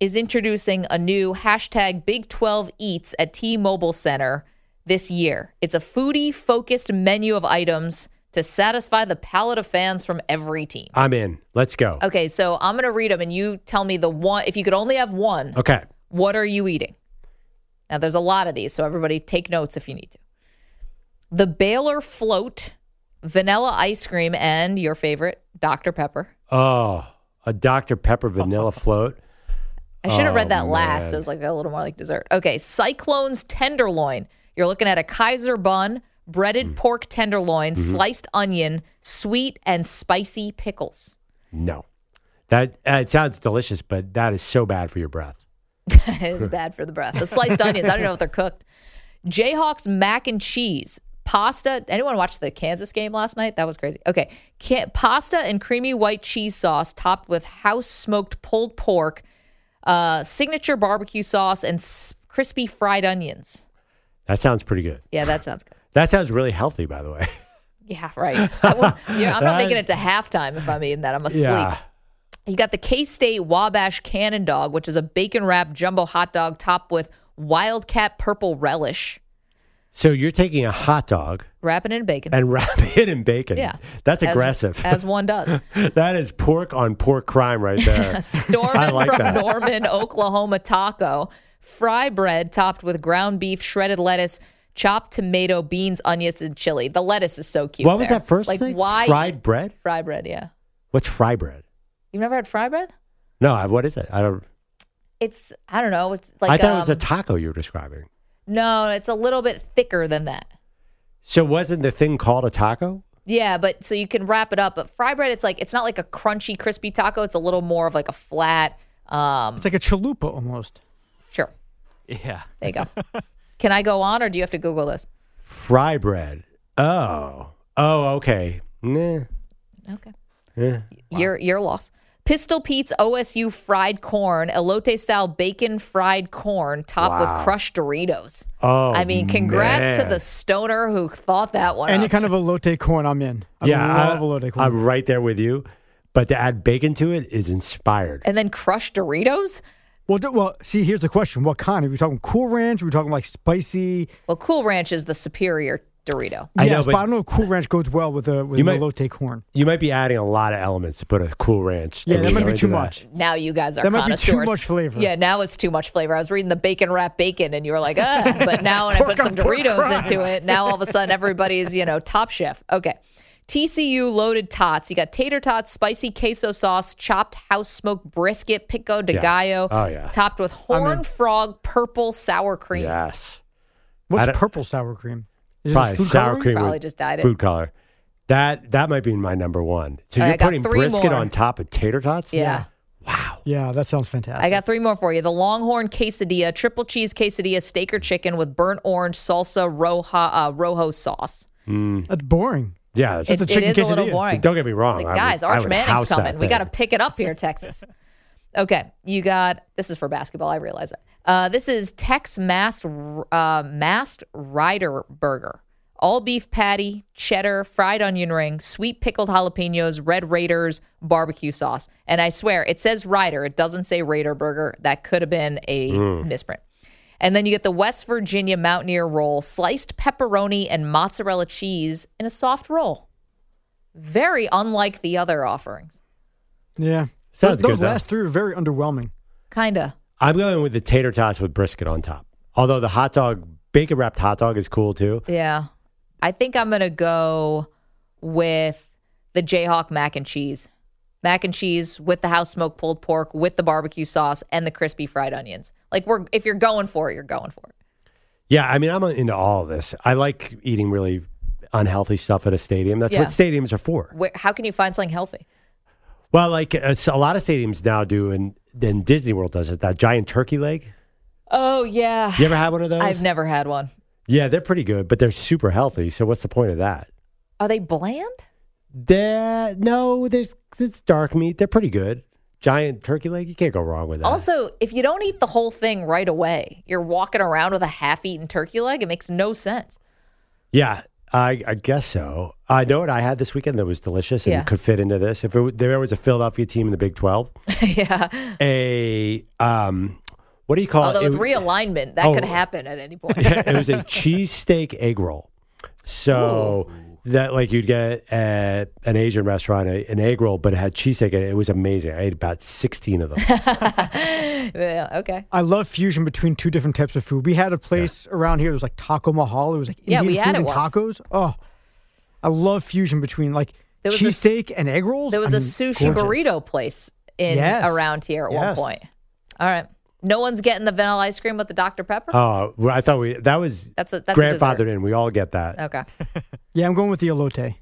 Speaker 1: is introducing a new hashtag Big 12 Eats at T Mobile Center this year. It's a foodie focused menu of items to satisfy the palate of fans from every team.
Speaker 2: I'm in. Let's go. Okay.
Speaker 1: Okay, so I'm going to read them and you tell me the one, if you could only have one, what are you eating? Now, there's a lot of these, so everybody take notes if you need to. The Baylor Float, vanilla ice cream, and your favorite, Dr. Pepper.
Speaker 2: Oh, a Dr. Pepper vanilla float.
Speaker 1: I should have
Speaker 2: Oh,
Speaker 1: read that last.
Speaker 2: man.
Speaker 1: So it was like a little more like dessert. Okay, Cyclone's tenderloin. You're looking at a Kaiser bun, breaded
Speaker 2: Mm.
Speaker 1: pork tenderloin,
Speaker 2: Mm-hmm.
Speaker 1: sliced onion, sweet and spicy pickles.
Speaker 2: No. That uh, it sounds delicious, but that is so bad for your breath.
Speaker 1: it's bad for the breath. The sliced onions. I don't know if they're cooked. Jayhawks mac and cheese. Pasta. Anyone watch the Kansas game last night? That was crazy. Okay. Can, pasta and creamy white cheese sauce topped with house smoked pulled pork, uh, signature barbecue sauce, and s- crispy fried onions.
Speaker 2: That sounds pretty good.
Speaker 1: Yeah, that sounds good.
Speaker 2: That sounds really healthy, by the way.
Speaker 1: Yeah, right. I won't- yeah, I'm not
Speaker 2: That-
Speaker 1: making it to halftime if I'm eating that. I'm asleep.
Speaker 2: yeah.
Speaker 1: You got the K State Wabash Cannon Dog, which is a bacon wrapped jumbo hot dog topped with Wildcat purple relish,
Speaker 2: So you're taking a hot dog
Speaker 1: wrapping it in bacon.
Speaker 2: and wrapping it in bacon.
Speaker 1: Yeah.
Speaker 2: That's
Speaker 1: As-
Speaker 2: aggressive.
Speaker 1: As one does.
Speaker 2: that is pork on pork crime right there. I
Speaker 1: Stormin
Speaker 2: like
Speaker 1: from
Speaker 2: that.
Speaker 1: Norman, Oklahoma taco, fry bread topped with ground beef, shredded lettuce, chopped tomato, beans, onions, and chili. The lettuce is so cute.
Speaker 2: What was
Speaker 1: there.
Speaker 2: that first
Speaker 1: Like
Speaker 2: thing?
Speaker 1: why
Speaker 2: Fried
Speaker 1: eat
Speaker 2: bread?
Speaker 1: Fry bread, yeah.
Speaker 2: What's fry bread?
Speaker 1: You've never had fry bread?
Speaker 2: No, I- what is it? I don't.
Speaker 1: It's I don't know. It's like
Speaker 2: I thought it was a
Speaker 1: um,
Speaker 2: taco you were describing.
Speaker 1: no. It's a little bit thicker than that.
Speaker 2: So wasn't the thing called a taco?
Speaker 1: Yeah, but so you can wrap it up. But fry bread, it's like it's not like a crunchy, crispy taco. It's a little more of like a flat. Um,
Speaker 4: It's like a chalupa almost.
Speaker 1: sure,
Speaker 6: Yeah.
Speaker 1: there you go. can I go on, or do you have to Google this?
Speaker 2: Fry bread. Oh. Oh, okay. Nah.
Speaker 1: Okay. Your your loss. Pistol Pete's OSU fried corn, elote style bacon fried corn topped with
Speaker 2: Wow.
Speaker 1: crushed Doritos.
Speaker 2: Oh.
Speaker 1: I mean, congrats to
Speaker 2: man.
Speaker 1: the stoner who thought that one.
Speaker 4: Any
Speaker 1: up.
Speaker 4: kind of elote corn, I'm in. I
Speaker 2: yeah,
Speaker 4: love elote
Speaker 2: I,
Speaker 4: corn.
Speaker 2: am right there with you. But to add bacon to it is inspired.
Speaker 1: and then crushed Doritos?
Speaker 4: well, d- well, see, here's the question: What kind? Are we talking Cool Ranch? Are we talking like spicy?
Speaker 1: Well, Cool Ranch is the superior Dorito.
Speaker 2: I know,
Speaker 4: yes, but,
Speaker 2: but-
Speaker 4: I don't know if Cool Ranch goes well with a with
Speaker 2: You
Speaker 4: an
Speaker 2: might-
Speaker 4: elote corn.
Speaker 2: You might be adding a lot of elements to put a cool ranch.
Speaker 4: Yeah, that
Speaker 2: Dorito
Speaker 4: might be
Speaker 2: into
Speaker 4: too
Speaker 2: that.
Speaker 4: much.
Speaker 1: Now you guys are
Speaker 4: That might be too
Speaker 1: connoisseurs.
Speaker 4: much flavor.
Speaker 1: Yeah, now it's too much flavor. I was reading the bacon wrap bacon, and you were like, Ugh. but now when I put
Speaker 4: Pork
Speaker 1: some
Speaker 4: on pork
Speaker 1: Doritos
Speaker 4: crime.
Speaker 1: into it, now all of a sudden everybody's you know top chef. Okay, TCU loaded tots. You got tater tots, spicy queso sauce, chopped house smoked brisket, pico de
Speaker 2: Yeah.
Speaker 1: gallo,
Speaker 2: Oh, yeah.
Speaker 1: topped with horn
Speaker 4: in.
Speaker 1: frog purple sour cream.
Speaker 2: Yes. I
Speaker 4: What's
Speaker 2: don't-
Speaker 4: purple sour cream? Is it
Speaker 2: Probably
Speaker 4: food
Speaker 2: sour
Speaker 4: coloring?
Speaker 2: cream
Speaker 1: Probably
Speaker 2: with
Speaker 1: just dyed it.
Speaker 2: food color. That that might be my number one. So
Speaker 1: All right, I
Speaker 2: you're
Speaker 1: got
Speaker 2: putting
Speaker 1: three
Speaker 2: brisket
Speaker 1: more.
Speaker 2: on top of tater tots?
Speaker 1: yeah.
Speaker 4: Yeah, that sounds fantastic.
Speaker 1: I got three more for you. The Longhorn quesadilla, triple cheese quesadilla, steak or chicken with burnt orange salsa, roja, uh, rojo sauce.
Speaker 4: That's boring.
Speaker 2: Yeah. it's-
Speaker 4: It's
Speaker 1: It,
Speaker 4: a
Speaker 1: it
Speaker 4: chicken
Speaker 1: is a little
Speaker 4: quesadilla.
Speaker 1: boring.
Speaker 2: Don't get me wrong.
Speaker 1: It's
Speaker 2: I
Speaker 1: like,
Speaker 2: would-
Speaker 1: guys,
Speaker 2: I
Speaker 1: Arch
Speaker 2: would
Speaker 1: Manning's
Speaker 2: house that
Speaker 1: coming. We
Speaker 2: thing.
Speaker 1: got to pick it up here, Texas. okay, you got this is for basketball. I realize it. Uh, this is Tex Mass uh, Masked Rider Burger. All beef patty, cheddar, fried onion ring, sweet pickled jalapenos, red Raiders barbecue sauce. And I swear, it says Rider. It doesn't say Raider Burger. That could have been a
Speaker 2: Mm.
Speaker 1: misprint. And then you get the West Virginia Mountaineer Roll, sliced pepperoni and mozzarella cheese in a soft roll very unlike the other offerings.
Speaker 4: Yeah,
Speaker 2: Sounds
Speaker 4: those,
Speaker 2: good,
Speaker 4: Those
Speaker 2: though.
Speaker 4: last three are very underwhelming.
Speaker 1: Kinda.
Speaker 2: I'm going with the tater tots with brisket on top. Although the hot dog, bacon wrapped hot dog is cool too.
Speaker 1: Yeah. I think I'm gonna go with the Jayhawk mac and cheese. Mac and cheese with the house smoked pulled pork with the barbecue sauce and the crispy fried onions. Like we're if you're going for it, you're going for it.
Speaker 2: Yeah, I mean, I'm into all of this. I like eating really unhealthy stuff at a stadium. That's
Speaker 1: Yeah.
Speaker 2: what stadiums are for.
Speaker 1: Where, how can you find something healthy?
Speaker 2: Well, like uh, so a lot of stadiums now do, and then Disney World does it. That giant turkey leg.
Speaker 1: Oh yeah.
Speaker 2: You ever had one of those?
Speaker 1: I've never had one.
Speaker 2: Yeah, they're pretty good, but they're super healthy. So what's the point of that?
Speaker 1: Are they bland?
Speaker 2: They're, no, there's it's dark meat. They're pretty good. Giant turkey leg. You can't go wrong with that.
Speaker 1: Also, if you don't eat the whole thing right away, you're walking around with a half eaten turkey leg. It makes no sense.
Speaker 2: Yeah, I, I guess so. I know what I had this weekend that was delicious and
Speaker 1: Yeah.
Speaker 2: could fit into this. If it, w- there was a Philadelphia team in the Big Twelve,
Speaker 1: yeah.
Speaker 2: a um, what do you
Speaker 4: Uh,
Speaker 2: call
Speaker 1: Although
Speaker 2: it?
Speaker 1: with
Speaker 2: it,
Speaker 1: realignment, that
Speaker 2: Oh.
Speaker 1: could happen at any point.
Speaker 2: yeah, it was a cheesesteak egg roll. So that like you'd get at an Asian restaurant a, an egg roll, but it had cheesesteak in it. It was amazing. I ate about sixteen of them.
Speaker 1: yeah, okay.
Speaker 4: I love fusion between two different types of food. We had a place around here that was like Taco Mahal. It was like
Speaker 1: Yeah,
Speaker 4: Indian
Speaker 1: we had
Speaker 4: food and
Speaker 1: it once.
Speaker 4: tacos. Oh, I love fusion between like
Speaker 1: There was a s-
Speaker 4: cheesesteak and egg rolls.
Speaker 1: There was
Speaker 4: I
Speaker 1: a
Speaker 4: mean,
Speaker 1: sushi
Speaker 4: gorgeous.
Speaker 1: burrito place in
Speaker 4: Yes.
Speaker 1: around here at one
Speaker 2: Yes.
Speaker 1: point. All right. No one's getting the vanilla ice cream with the Dr. Pepper?
Speaker 4: Uh,
Speaker 2: oh, well, I thought we that was
Speaker 1: That's a- that's a dessert.
Speaker 2: grandfathered in. We all get that.
Speaker 1: Okay.
Speaker 4: Yeah, I'm going with the elote.
Speaker 1: There
Speaker 2: Did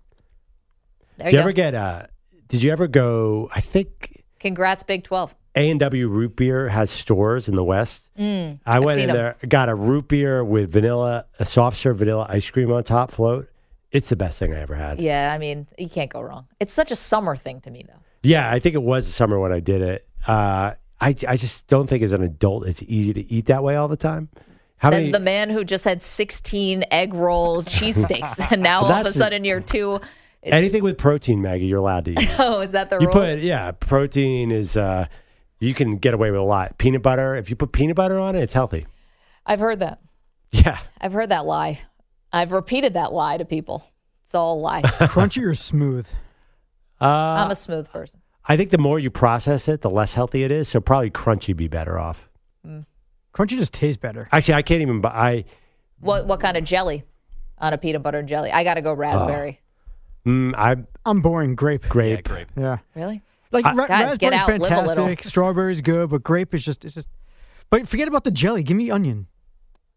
Speaker 1: you
Speaker 2: you
Speaker 1: go.
Speaker 2: ever get? Uh, did you ever go? I think
Speaker 1: Congrats, Big 12.
Speaker 2: A and W Root Beer has stores in the West. I went
Speaker 1: Mm, seen
Speaker 2: in
Speaker 1: 'em.
Speaker 2: there, got a root beer with vanilla, a soft serve vanilla ice cream on top float. It's the best thing I ever had. Yeah,
Speaker 1: Yeah, I mean, you can't go wrong. It's such a summer thing to me, though.
Speaker 2: I think it was the summer when I did it. Uh, I, I just don't think as an adult it's easy to eat that way all the time. How
Speaker 1: Says
Speaker 2: many-
Speaker 1: the man who just had 16 egg roll cheesesteaks, and now all of a
Speaker 2: That's-
Speaker 1: sudden you're two.
Speaker 2: anything with protein, Maggie, you're allowed to eat.
Speaker 1: Oh, is that the
Speaker 2: You
Speaker 1: rule?
Speaker 2: put yeah, protein is uh, you can get away with a lot. Peanut butter, if you put peanut butter on it, it's healthy.
Speaker 1: I've heard that.
Speaker 2: Yeah,
Speaker 1: I've heard that lie. I've repeated that lie to people. It's all a lie.
Speaker 4: Crunchy or smooth?
Speaker 2: uh,
Speaker 1: I'm a smooth person.
Speaker 2: I think the more you process it, the less healthy it is. So probably crunchy be better off.
Speaker 1: Mm.
Speaker 4: Crunchy just tastes better.
Speaker 2: Actually, I can't even buy. I
Speaker 1: What what kind of jelly on a peanut butter and jelly? I got to go raspberry.
Speaker 4: Oh.
Speaker 2: mm, I
Speaker 4: I'm boring. Grape.
Speaker 2: grape.
Speaker 4: Yeah.
Speaker 1: really?
Speaker 4: Like ra-
Speaker 1: Guys, get
Speaker 4: raspberry's
Speaker 1: out, live a little.
Speaker 4: fantastic. Strawberry's good, but grape is just it's just. But forget about the jelly. Give me onion.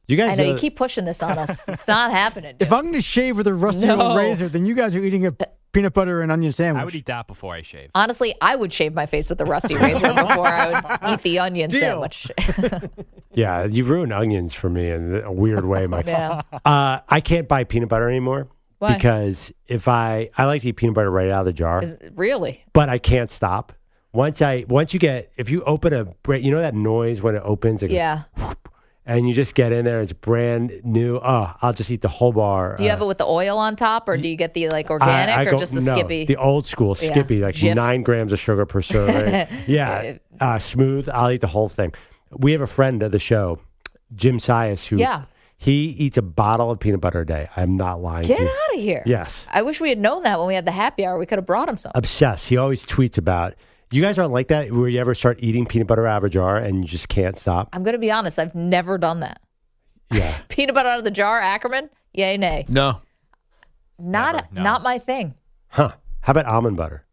Speaker 2: You guys
Speaker 1: I know you
Speaker 2: the-
Speaker 1: keep pushing this on us. It's not happening. dude.
Speaker 4: If I'm going to shave with a rusty
Speaker 1: No. Uh,
Speaker 4: old razor, then you guys are eating a peanut butter and onion sandwich.
Speaker 6: I would eat that before I shave.
Speaker 1: Honestly, I would shave my face with a rusty razor before I would eat the onion
Speaker 4: Deal.
Speaker 1: sandwich.
Speaker 2: yeah, you've ruined onions for me in a weird way, Mike.
Speaker 1: yeah.
Speaker 2: Uh, I can't buy peanut butter anymore
Speaker 1: Why?
Speaker 2: because if I I like to eat peanut butter right out of the jar,
Speaker 1: Is- really?
Speaker 2: but I can't stop. Once I once you get if you open a bra- you know that noise when it opens it goes,
Speaker 1: Yeah.
Speaker 2: and you just get in there it's brand new. Oh, I'll just eat the whole bar.
Speaker 1: Do you
Speaker 2: uh,
Speaker 1: have it with the oil on top, or do you get the like
Speaker 2: I-
Speaker 1: organic,
Speaker 2: I
Speaker 1: or
Speaker 2: go-
Speaker 1: just the
Speaker 2: no,
Speaker 1: Skippy?
Speaker 2: The old school
Speaker 1: Yeah,
Speaker 2: Skippy, like
Speaker 1: Jif.
Speaker 2: nine grams of sugar per serving. yeah, uh, smooth. I'll eat the whole thing. We have a friend of the show, Jim Sias, who
Speaker 1: Yeah.
Speaker 2: he eats a bottle of peanut butter a day. I'm not lying.
Speaker 1: get
Speaker 2: to you.
Speaker 1: out of here.
Speaker 2: Yes,
Speaker 1: I wish we had known that when we had the happy hour. We could have brought him some.
Speaker 4: Uh,
Speaker 2: obsessed. He always tweets about. You guys aren't like that, where you ever start eating peanut butter out of a jar and you just can't stop.
Speaker 1: I'm going to be honest. I've never done that.
Speaker 2: Yeah,
Speaker 1: Peanut butter out of the jar, Ackerman? Yay, nay.
Speaker 6: No.
Speaker 1: Not
Speaker 6: Never, no.
Speaker 1: not my thing.
Speaker 2: huh? How about almond butter?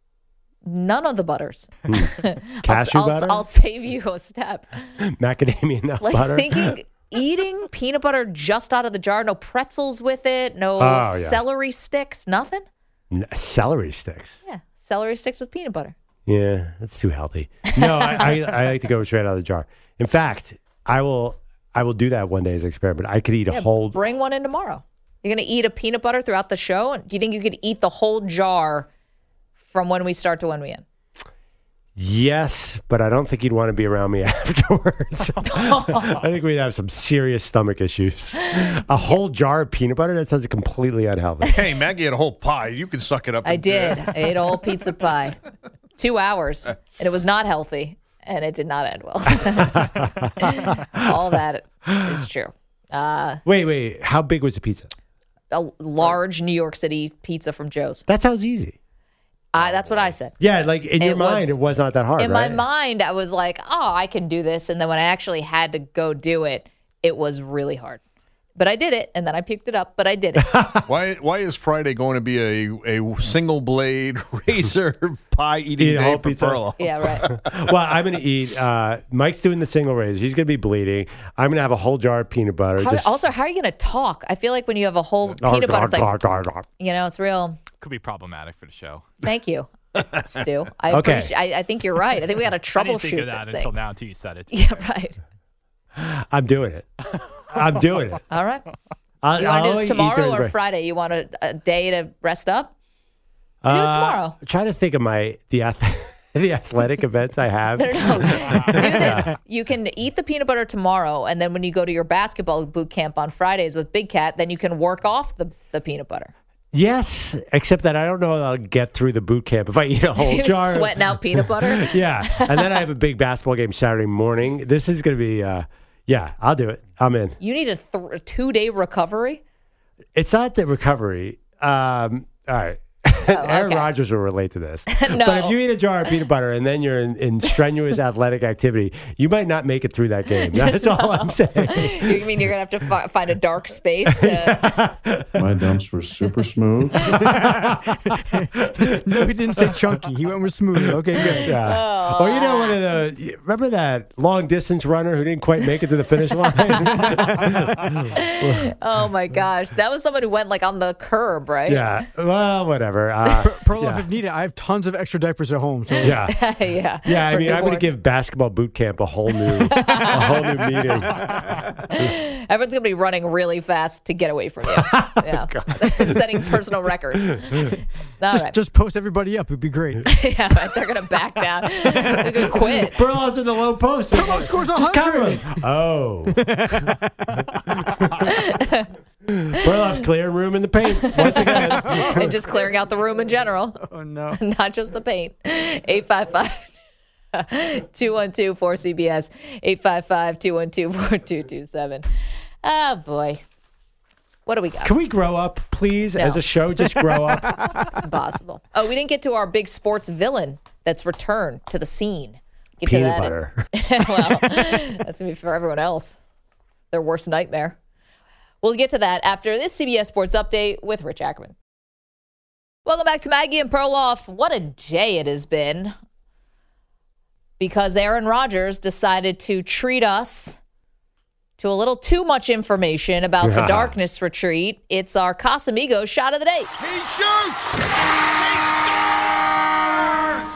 Speaker 1: None of the butters.
Speaker 2: Hmm. Cashew
Speaker 1: I'll,
Speaker 2: butter,
Speaker 1: I'll, I'll save you a step.
Speaker 2: macadamia nut
Speaker 1: Like
Speaker 2: butter.
Speaker 1: thinking, eating peanut butter just out of the jar, no pretzels with it, no
Speaker 2: Oh, yeah.
Speaker 1: celery sticks, nothing.
Speaker 2: N- celery sticks.
Speaker 1: Yeah, celery sticks with peanut butter.
Speaker 2: Yeah, that's too healthy. No, I, I, I like to go straight out of the jar. In fact, I will I will do that one day as an experiment. I could eat a
Speaker 1: Yeah,
Speaker 2: whole
Speaker 1: Bring one in tomorrow. You're going to eat a peanut butter throughout the show, and do you think you could eat the whole jar from when we start to when we end?
Speaker 2: yes, but I don't think you'd want to be around me afterwards. I think we'd have some serious stomach issues. A whole jar of peanut butter that sounds completely unhealthy.
Speaker 7: Hey, Maggie had a whole pie. You can suck it up.
Speaker 1: I
Speaker 7: and-
Speaker 1: did. I ate a whole pizza pie, two hours, and it was not healthy, and it did not end well. All that is true. Uh,
Speaker 2: Wait, wait, how big was the pizza?
Speaker 1: a large New York City pizza from Joe's.
Speaker 2: That sounds easy. Oh,
Speaker 1: I, that's what I said.
Speaker 2: Yeah, like in your
Speaker 1: It was-
Speaker 2: mind, it was not that hard.
Speaker 1: In
Speaker 2: right?
Speaker 1: my mind, I was like, "Oh, I can do this," and then when I actually had to go do it, it was really hard. But I did it, and then I puked it up. But I did it.
Speaker 7: Why? Why is Friday going to be a, a single blade razor pie eating
Speaker 2: Eat a
Speaker 7: day
Speaker 2: whole
Speaker 7: for
Speaker 2: pizza.
Speaker 7: Perlo?
Speaker 1: yeah, right.
Speaker 2: well, I'm going to eat. Uh, Mike's doing the single razor. He's going to be bleeding. I'm going to have a whole jar of peanut butter.
Speaker 1: How,
Speaker 2: just-
Speaker 1: also, how are you going to talk? I feel like when you have a whole peanut butter, it's like you know, it's real.
Speaker 6: Could be problematic for the show.
Speaker 1: Thank you, Stu. I,
Speaker 2: Okay.
Speaker 1: appreciate, I I think you're right. I think we got to
Speaker 6: I didn't think
Speaker 1: troubleshoot
Speaker 6: of that
Speaker 1: this
Speaker 6: until
Speaker 1: thing.
Speaker 6: now until you said it.
Speaker 1: Yeah, right.
Speaker 2: I'm doing it. I'm doing it.
Speaker 1: All right.
Speaker 2: I'll,
Speaker 1: You want to do
Speaker 2: I'll eat
Speaker 1: this tomorrow
Speaker 2: during
Speaker 1: or
Speaker 2: break.
Speaker 1: Friday? You want a, a day to rest up? Do it
Speaker 2: Uh,
Speaker 1: tomorrow.
Speaker 2: I'm trying to think of my the ath- the athletic events I have.
Speaker 1: No, no, no. Do this. You can eat the peanut butter tomorrow, and then when you go to your basketball boot camp on Fridays with Big Cat, then you can work off the, the peanut butter.
Speaker 2: Yes, except that I don't know that I'll get through the boot camp if I eat a whole
Speaker 1: You're
Speaker 2: jar. of-
Speaker 1: sweating out peanut butter.
Speaker 2: Yeah, and then I have a big basketball game Saturday morning. This is going to be. Uh, yeah, I'll do it. I'm in.
Speaker 1: You need a, th- a two day recovery.
Speaker 2: It's not the recovery. Um, all right. Aaron
Speaker 1: Oh, okay.
Speaker 2: Rodgers will relate to this.
Speaker 1: No.
Speaker 2: But if you eat a jar of peanut butter and then you're in, in strenuous athletic activity, you might not make it through that game. That's all I'm saying.
Speaker 1: You mean you're gonna have to fi- find a dark space? To-
Speaker 5: My dumps were super smooth.
Speaker 4: no, he didn't say chunky. He went with smooth. Okay, good.
Speaker 2: Yeah.
Speaker 1: Oh,
Speaker 2: Or you know one of the remember that long distance runner who didn't quite make it to the finish line?
Speaker 1: oh my gosh, that was someone who went like on the curb, right?
Speaker 2: yeah. Well, whatever. Uh,
Speaker 4: Perloff,
Speaker 2: yeah.
Speaker 4: if needed, I have tons of extra diapers at home. So
Speaker 2: yeah.
Speaker 1: yeah.
Speaker 2: Yeah, I
Speaker 1: For
Speaker 2: mean, I'm going to
Speaker 1: newborn.
Speaker 2: give basketball boot camp a whole new, a whole new meaning.
Speaker 1: Everyone's going to be running really fast to get away from you. Yeah. Setting personal records. All
Speaker 4: just,
Speaker 1: right.
Speaker 4: just post everybody up. It'd be great.
Speaker 1: yeah, right. They're going to back down. They're going to quit.
Speaker 2: Burlow's in the low post. Burlow
Speaker 4: scores
Speaker 2: Just cover
Speaker 4: 100.
Speaker 2: him. Oh. Burlow's clearing room in the paint. Once again.
Speaker 1: and just clearing out the room in general.
Speaker 4: Oh, no.
Speaker 1: Not just the paint. 855 212 4CBS. 855 212 4227. Oh, boy. What do we got?
Speaker 2: Can we grow up, please? As a show, just grow up.
Speaker 1: It's impossible. Oh, we didn't get to our big sports villain that's returned to the scene. Get to that.
Speaker 2: Peanut butter.
Speaker 1: well, that's going to be for everyone else. Their worst nightmare. We'll get to that after this CBS Sports Update with Rich Ackerman. Welcome back to Maggie and Perloff. What a day it has been because Aaron Rodgers decided to treat us to a little too much information about the darkness retreat. It's our Casamigos shot of the day.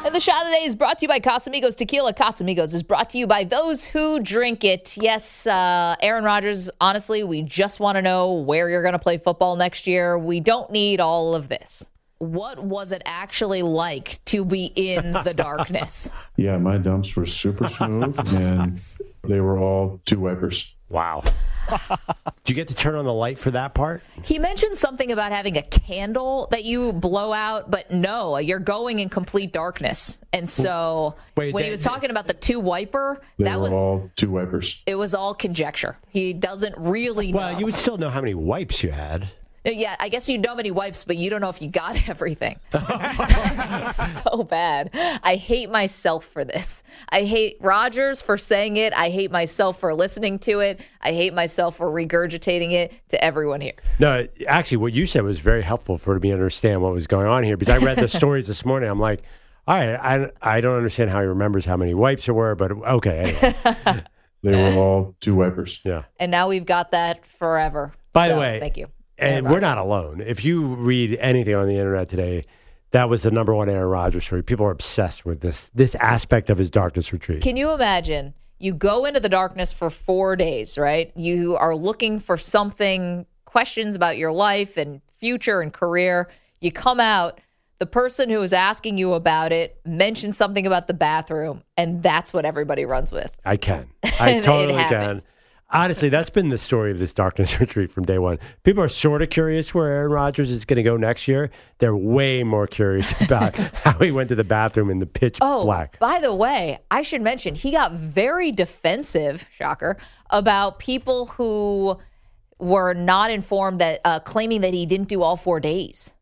Speaker 1: And the shot of the day is brought to you by Casamigos Tequila. Casamigos is brought to you by those who drink it. Yes, uh, Aaron Rodgers, honestly, we just want to know where you're going to play football next year. We don't need all of this. What was it actually like to be in the darkness?
Speaker 8: Yeah, my dumps were super smooth and they were all two wipers.
Speaker 2: Wow. Did you get to turn on the light for that part?
Speaker 1: He mentioned something about having a candle that you blow out, but no, you're going in complete darkness. And so
Speaker 8: Wait,
Speaker 1: when he
Speaker 8: that-
Speaker 1: was talking about the two wiper,
Speaker 8: They
Speaker 1: that
Speaker 8: were
Speaker 1: was
Speaker 8: all two wipers.
Speaker 1: it was all conjecture. He doesn't really know.
Speaker 2: Well, you would still know how many wipes you had.
Speaker 1: Uh, Yeah, I guess you know many wipes, but you don't know if you got everything. so bad. I hate myself for this. I hate Rogers for saying it. I hate myself for listening to it. I hate myself for regurgitating it to everyone here.
Speaker 2: No, actually, what you said was very helpful for me to understand what was going on here because I read the stories this morning. I'm like, all right, I, I don't understand how he remembers how many wipes there were, but okay. Anyway.
Speaker 8: They were all two wipers.
Speaker 2: Yeah.
Speaker 1: And now we've got that forever.
Speaker 2: By the
Speaker 1: So,
Speaker 2: way,
Speaker 1: thank you.
Speaker 2: And
Speaker 1: Aaron
Speaker 2: we're
Speaker 1: Rodgers.
Speaker 2: not alone. If you read anything on the internet today, that was the number one Aaron Rodgers story. People are obsessed with this this aspect of his darkness retreat.
Speaker 1: Can you imagine? You go into the darkness for four days, right? You are looking for something, questions about your life and future and career. You come out, the person who is asking you about it mentions something about the bathroom, and that's what everybody runs with.
Speaker 2: I can. I
Speaker 1: It
Speaker 2: totally can.
Speaker 1: happened.
Speaker 2: Honestly, that's been the story of this darkness retreat from day one. People are sort of curious where Aaron Rodgers is going to go next year. They're way more curious about how he went to the bathroom in the pitch
Speaker 1: Oh,
Speaker 2: black.
Speaker 1: by the way, I should mention he got very defensive, shocker, about people who were not informed that uh, claiming that he didn't do all four days.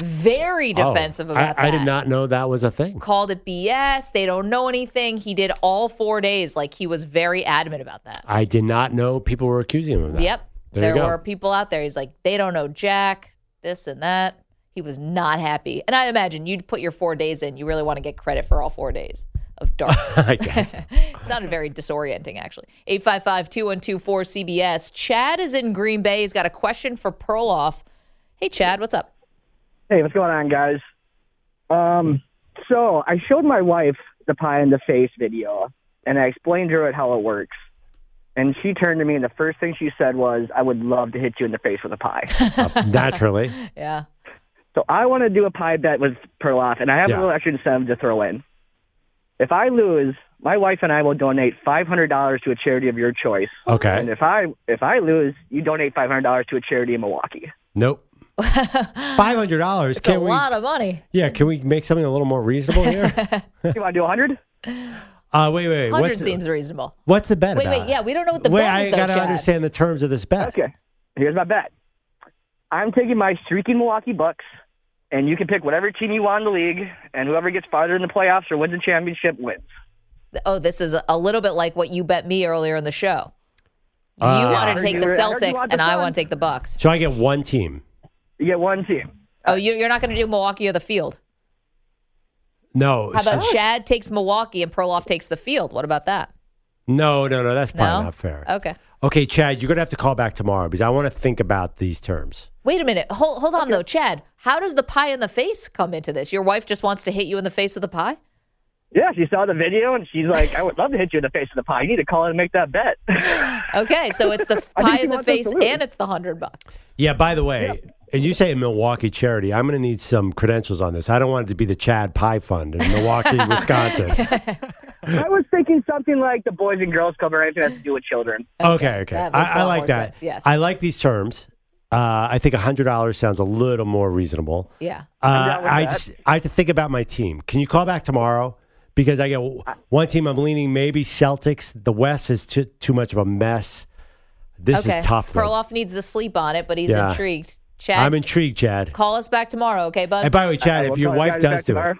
Speaker 1: Very
Speaker 2: Oh,
Speaker 1: defensive
Speaker 2: I-
Speaker 1: about that.
Speaker 2: I, did not know that was a thing.
Speaker 1: called it BS. They don't know anything. He did all four days. Like he was very adamant about that.
Speaker 2: I did not know people were accusing him of that.
Speaker 1: Yep.
Speaker 2: There,
Speaker 1: There,
Speaker 2: you go.
Speaker 1: were people out there. He's like, they don't know Jack, this and that. He was not happy. And I imagine you'd put your four days in. You really want to get credit for all four days of dark.
Speaker 2: I guess.
Speaker 1: it sounded very disorienting, actually. 855 2124 CBS. Chad is in Green Bay. He's got a question for Perloff. Hey, Chad, what's up?
Speaker 9: Hey, what's going on, guys? Um, so I showed my wife the pie in the face video, and I explained to her how it works. And she turned to me, and the first thing she said was, "I would love to hit you in the face with a pie."
Speaker 2: Naturally.
Speaker 1: Yeah.
Speaker 9: so I want to do a pie bet with Perloff, and I have
Speaker 2: Yeah.
Speaker 9: a little extra incentive to throw in. If I lose, my wife and I will donate five hundred dollars to a charity of your choice.
Speaker 2: Okay.
Speaker 9: And if I if I lose, you donate five hundred dollars to a charity in Milwaukee.
Speaker 2: Nope. Five hundred dollars.
Speaker 1: It's a
Speaker 2: Can we?
Speaker 1: lot of money.
Speaker 2: Yeah. Can we make something a little more reasonable here?
Speaker 9: you want to do a hundred?
Speaker 2: Uh, wait, wait. wait.
Speaker 1: 100
Speaker 2: What's,
Speaker 1: seems reasonable.
Speaker 2: what's the bet
Speaker 1: Wait,
Speaker 2: about?
Speaker 1: wait, yeah, we don't know what the
Speaker 2: Wait,
Speaker 1: bet
Speaker 2: I
Speaker 1: is, though,
Speaker 2: gotta
Speaker 1: Chad.
Speaker 2: understand the terms of this bet.
Speaker 9: Okay. Here's my bet. I'm taking my streaking Milwaukee Bucks, and you can pick whatever team you want in the league, and whoever gets farther in the playoffs or wins the championship wins.
Speaker 1: Oh, this is a little bit like what you bet me earlier in the show. You
Speaker 2: Uh,
Speaker 1: wanted to take the
Speaker 9: Or Ah. you want
Speaker 1: Celtics,
Speaker 9: the
Speaker 1: and I
Speaker 9: Suns.
Speaker 1: want to take the Bucks.
Speaker 2: So I get one team.
Speaker 9: You get one team.
Speaker 1: Oh, you, you're not going to do Milwaukee or the field.
Speaker 9: Oh,
Speaker 2: No.
Speaker 1: How about
Speaker 2: so-
Speaker 1: Chad takes Milwaukee and Perloff takes the field? What about that?
Speaker 2: No, no, no. That's probably
Speaker 1: No?
Speaker 2: not fair.
Speaker 1: Okay.
Speaker 2: Okay, Chad, you're gonna have to call back tomorrow because I want to think about these terms.
Speaker 1: Wait a minute. Hold, hold on, though. Chad, how does the pie in the face come into this? Your wife just wants to hit you in the face with a pie?
Speaker 9: Yeah, she saw the video and she's like, I would love to hit you in the face with a pie. You need to call in and make that bet.
Speaker 1: Okay, so it's the
Speaker 9: I think
Speaker 1: pie
Speaker 9: she
Speaker 1: in the
Speaker 9: wants us
Speaker 1: face
Speaker 9: to lose.
Speaker 1: and it's the hundred bucks.
Speaker 2: Yeah, by the way, and you say a Milwaukee charity, I'm going to need some credentials on this. I don't want it to be the Chad Pie Fund in Milwaukee, Wisconsin.
Speaker 9: I was thinking something like the Boys and Girls Club or anything that has to do with children.
Speaker 2: Okay, okay.
Speaker 9: That makes a
Speaker 2: I, I
Speaker 9: lot
Speaker 2: like
Speaker 9: more
Speaker 2: that.
Speaker 9: sense, yes.
Speaker 2: I like these terms. Uh, I think $100 sounds a little more reasonable.
Speaker 1: Yeah.
Speaker 2: Uh, I just I have to think about my team. Can you call back tomorrow? Because I get one team I'm leaning maybe Celtics. The West is too too much of a mess. This
Speaker 1: okay.
Speaker 2: is tough. though.
Speaker 1: Perloff needs to sleep on it, but he's
Speaker 2: Yeah.
Speaker 1: intrigued. Chad,
Speaker 2: I'm intrigued, Chad.
Speaker 1: call us back tomorrow, okay, bud?
Speaker 2: And by the way, Chad, if your wife does do it,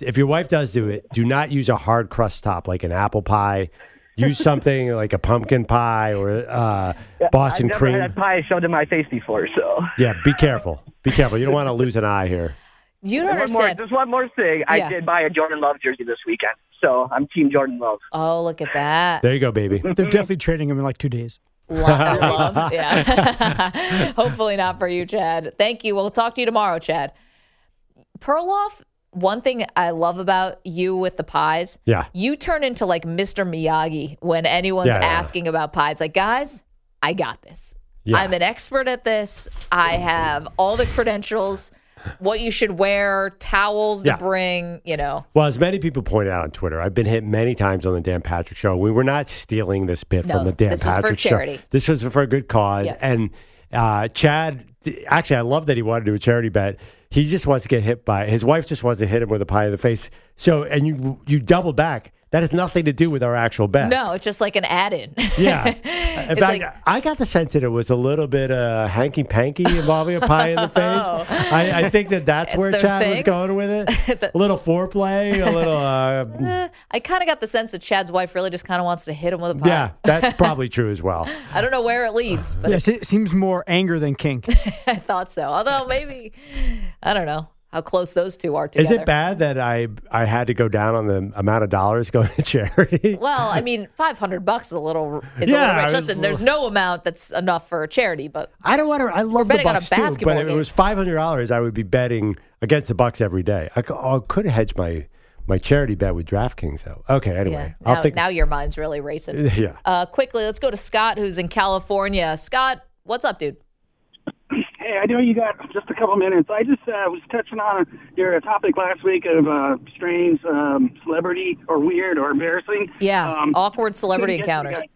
Speaker 2: if your wife does do it, do not use a hard crust top like an apple pie. Use something like a pumpkin pie or uh, Boston
Speaker 9: I've never
Speaker 2: cream.
Speaker 9: had that pie shoved in my face before, so.
Speaker 2: Yeah, be careful. Be careful. You don't want to lose an eye here.
Speaker 1: You don't
Speaker 9: And one more-
Speaker 1: understand.
Speaker 9: just one more thing.
Speaker 1: Yeah.
Speaker 9: I did buy a Jordan Love jersey this weekend, so I'm Team Jordan Love.
Speaker 1: Oh, look at that.
Speaker 2: There you go, baby.
Speaker 4: They're definitely trading him in like two days.
Speaker 1: Lo- love, yeah. Hopefully not for you, Chad. Thank you. We'll talk to you tomorrow, Chad. Perloff, one thing I love about you with the pies,
Speaker 2: Yeah.
Speaker 1: you turn into like Mr. Miyagi when anyone's
Speaker 2: Yeah, yeah.
Speaker 1: asking about pies. Like, guys, I got this.
Speaker 2: Yeah.
Speaker 1: I'm an expert at this. I have all the credentials, what you should wear, towels
Speaker 2: Yeah.
Speaker 1: to bring, you know.
Speaker 2: Well, as many people pointed out on Twitter, I've been hit many times on the Dan Patrick Show. We were not stealing this bit
Speaker 1: No,
Speaker 2: from the Dan
Speaker 1: this was for
Speaker 2: Patrick
Speaker 1: charity.
Speaker 2: Show. This was for a good cause.
Speaker 1: Yeah.
Speaker 2: And uh, Chad, actually, I love that he wanted to do a charity bet. He just wants to get hit by his wife. Just wants to hit him with a pie in the face. So, and you you double back. That has nothing to do with our actual bet.
Speaker 1: No, it's just like an add in.
Speaker 2: Yeah. In
Speaker 1: It's
Speaker 2: fact,
Speaker 1: like-
Speaker 2: I got the sense that it was a little bit uh, hanky panky involving a pie in the face.
Speaker 1: Oh.
Speaker 2: I, I think that that's
Speaker 1: It's
Speaker 2: where
Speaker 1: their
Speaker 2: Chad was
Speaker 1: thing.
Speaker 2: going with it. A little foreplay, a little. Uh,
Speaker 1: Uh, I kind of got the sense that Chad's wife really just kind of wants to hit him with a pie.
Speaker 2: Yeah, that's probably true as well.
Speaker 1: I don't know where it leads, but
Speaker 4: Yes, it seems more anger than kink.
Speaker 1: I thought so. Although maybe I don't know how close those two are
Speaker 2: Is
Speaker 1: together.
Speaker 2: it bad that I I had to go down on the amount of dollars going to charity?
Speaker 1: Well, I mean, five hundred bucks is a little is
Speaker 2: Yeah,
Speaker 1: a little
Speaker 2: I
Speaker 1: rich.
Speaker 2: was-
Speaker 1: Listen, there's no amount that's enough for a charity, but
Speaker 2: I don't want to. I love the
Speaker 1: betting on a
Speaker 2: Bucks too,
Speaker 1: basketball
Speaker 2: but if it
Speaker 1: game.
Speaker 2: was five hundred dollars, I would be betting against the Bucks every day. I, could have hedged my my charity bet with DraftKings though. Okay, anyway,
Speaker 1: now,
Speaker 2: I'll think.
Speaker 1: now your mind's really racing.
Speaker 2: Yeah.
Speaker 1: Uh, quickly, let's go to Scott, who's in California. Scott, what's up, dude?
Speaker 10: Hey, I know you got just a couple minutes. I just uh, was touching on your topic last week of uh, strange um, celebrity or weird or embarrassing.
Speaker 1: Yeah,
Speaker 10: Um,
Speaker 1: awkward celebrity
Speaker 10: couldn't get to the
Speaker 1: encounters.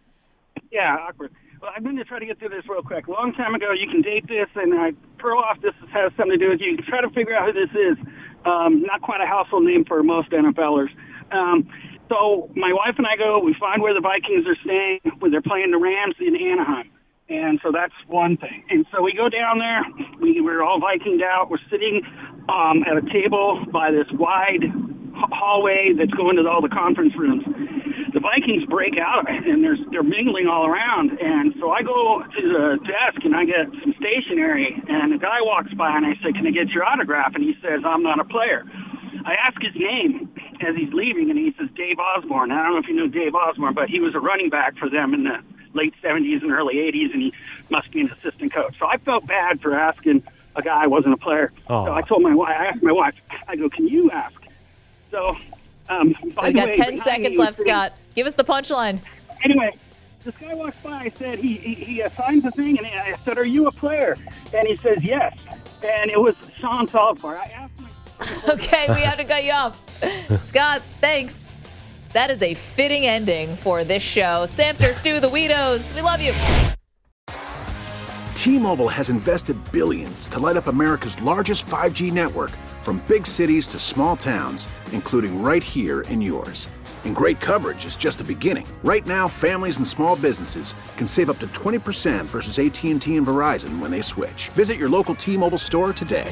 Speaker 10: guy. Yeah, awkward. Well, I'm going to try to get through this real quick. A long time ago, you can date this, and I pearl off this has something to do with you. You can try to figure out who this is. Um, not quite a household name for most NFLers. Um, so my wife and I go, we find where the Vikings are staying when they're playing the Rams in Anaheim. And so that's one thing. And so we go down there. We, we're all Vikinged out. We're sitting um, at a table by this wide h- hallway that's going to all the conference rooms the Vikings break out and there's they're mingling all around. And so I go to the desk and I get some stationery and a guy walks by and I say, Can I get your autograph? And he says, I'm not a player. I ask his name as he's leaving and he says Dave Osborne. I don't know if you know Dave Osborne, but he was a running back for them in the late seventies and early eighties and he must be an assistant coach. So I felt bad for asking a guy I wasn't a player.
Speaker 2: Aw.
Speaker 10: So I told my wife I asked my wife, I go, Can you ask? So um by
Speaker 1: We
Speaker 10: the
Speaker 1: got ten
Speaker 10: way, behind
Speaker 1: seconds
Speaker 10: me
Speaker 1: left,
Speaker 10: is sitting-
Speaker 1: Scott. Give us the punchline.
Speaker 10: Anyway, this guy walks by. I said he he, he uh, signed the thing, and I said, "Are you a player?" And he says, "Yes." And it was Sean Salzbar. I asked him.
Speaker 1: Okay, we had to cut you off. Scott, thanks. That is a fitting ending for this show. Samter, Stu, the Weedos, we love you.
Speaker 11: T-Mobile has invested billions to light up America's largest 5G network from big cities to small towns, including right here in yours. And great coverage is just the beginning. Right now, families and small businesses can save up to 20% versus AT&T and Verizon when they switch. Visit your local T-Mobile store today.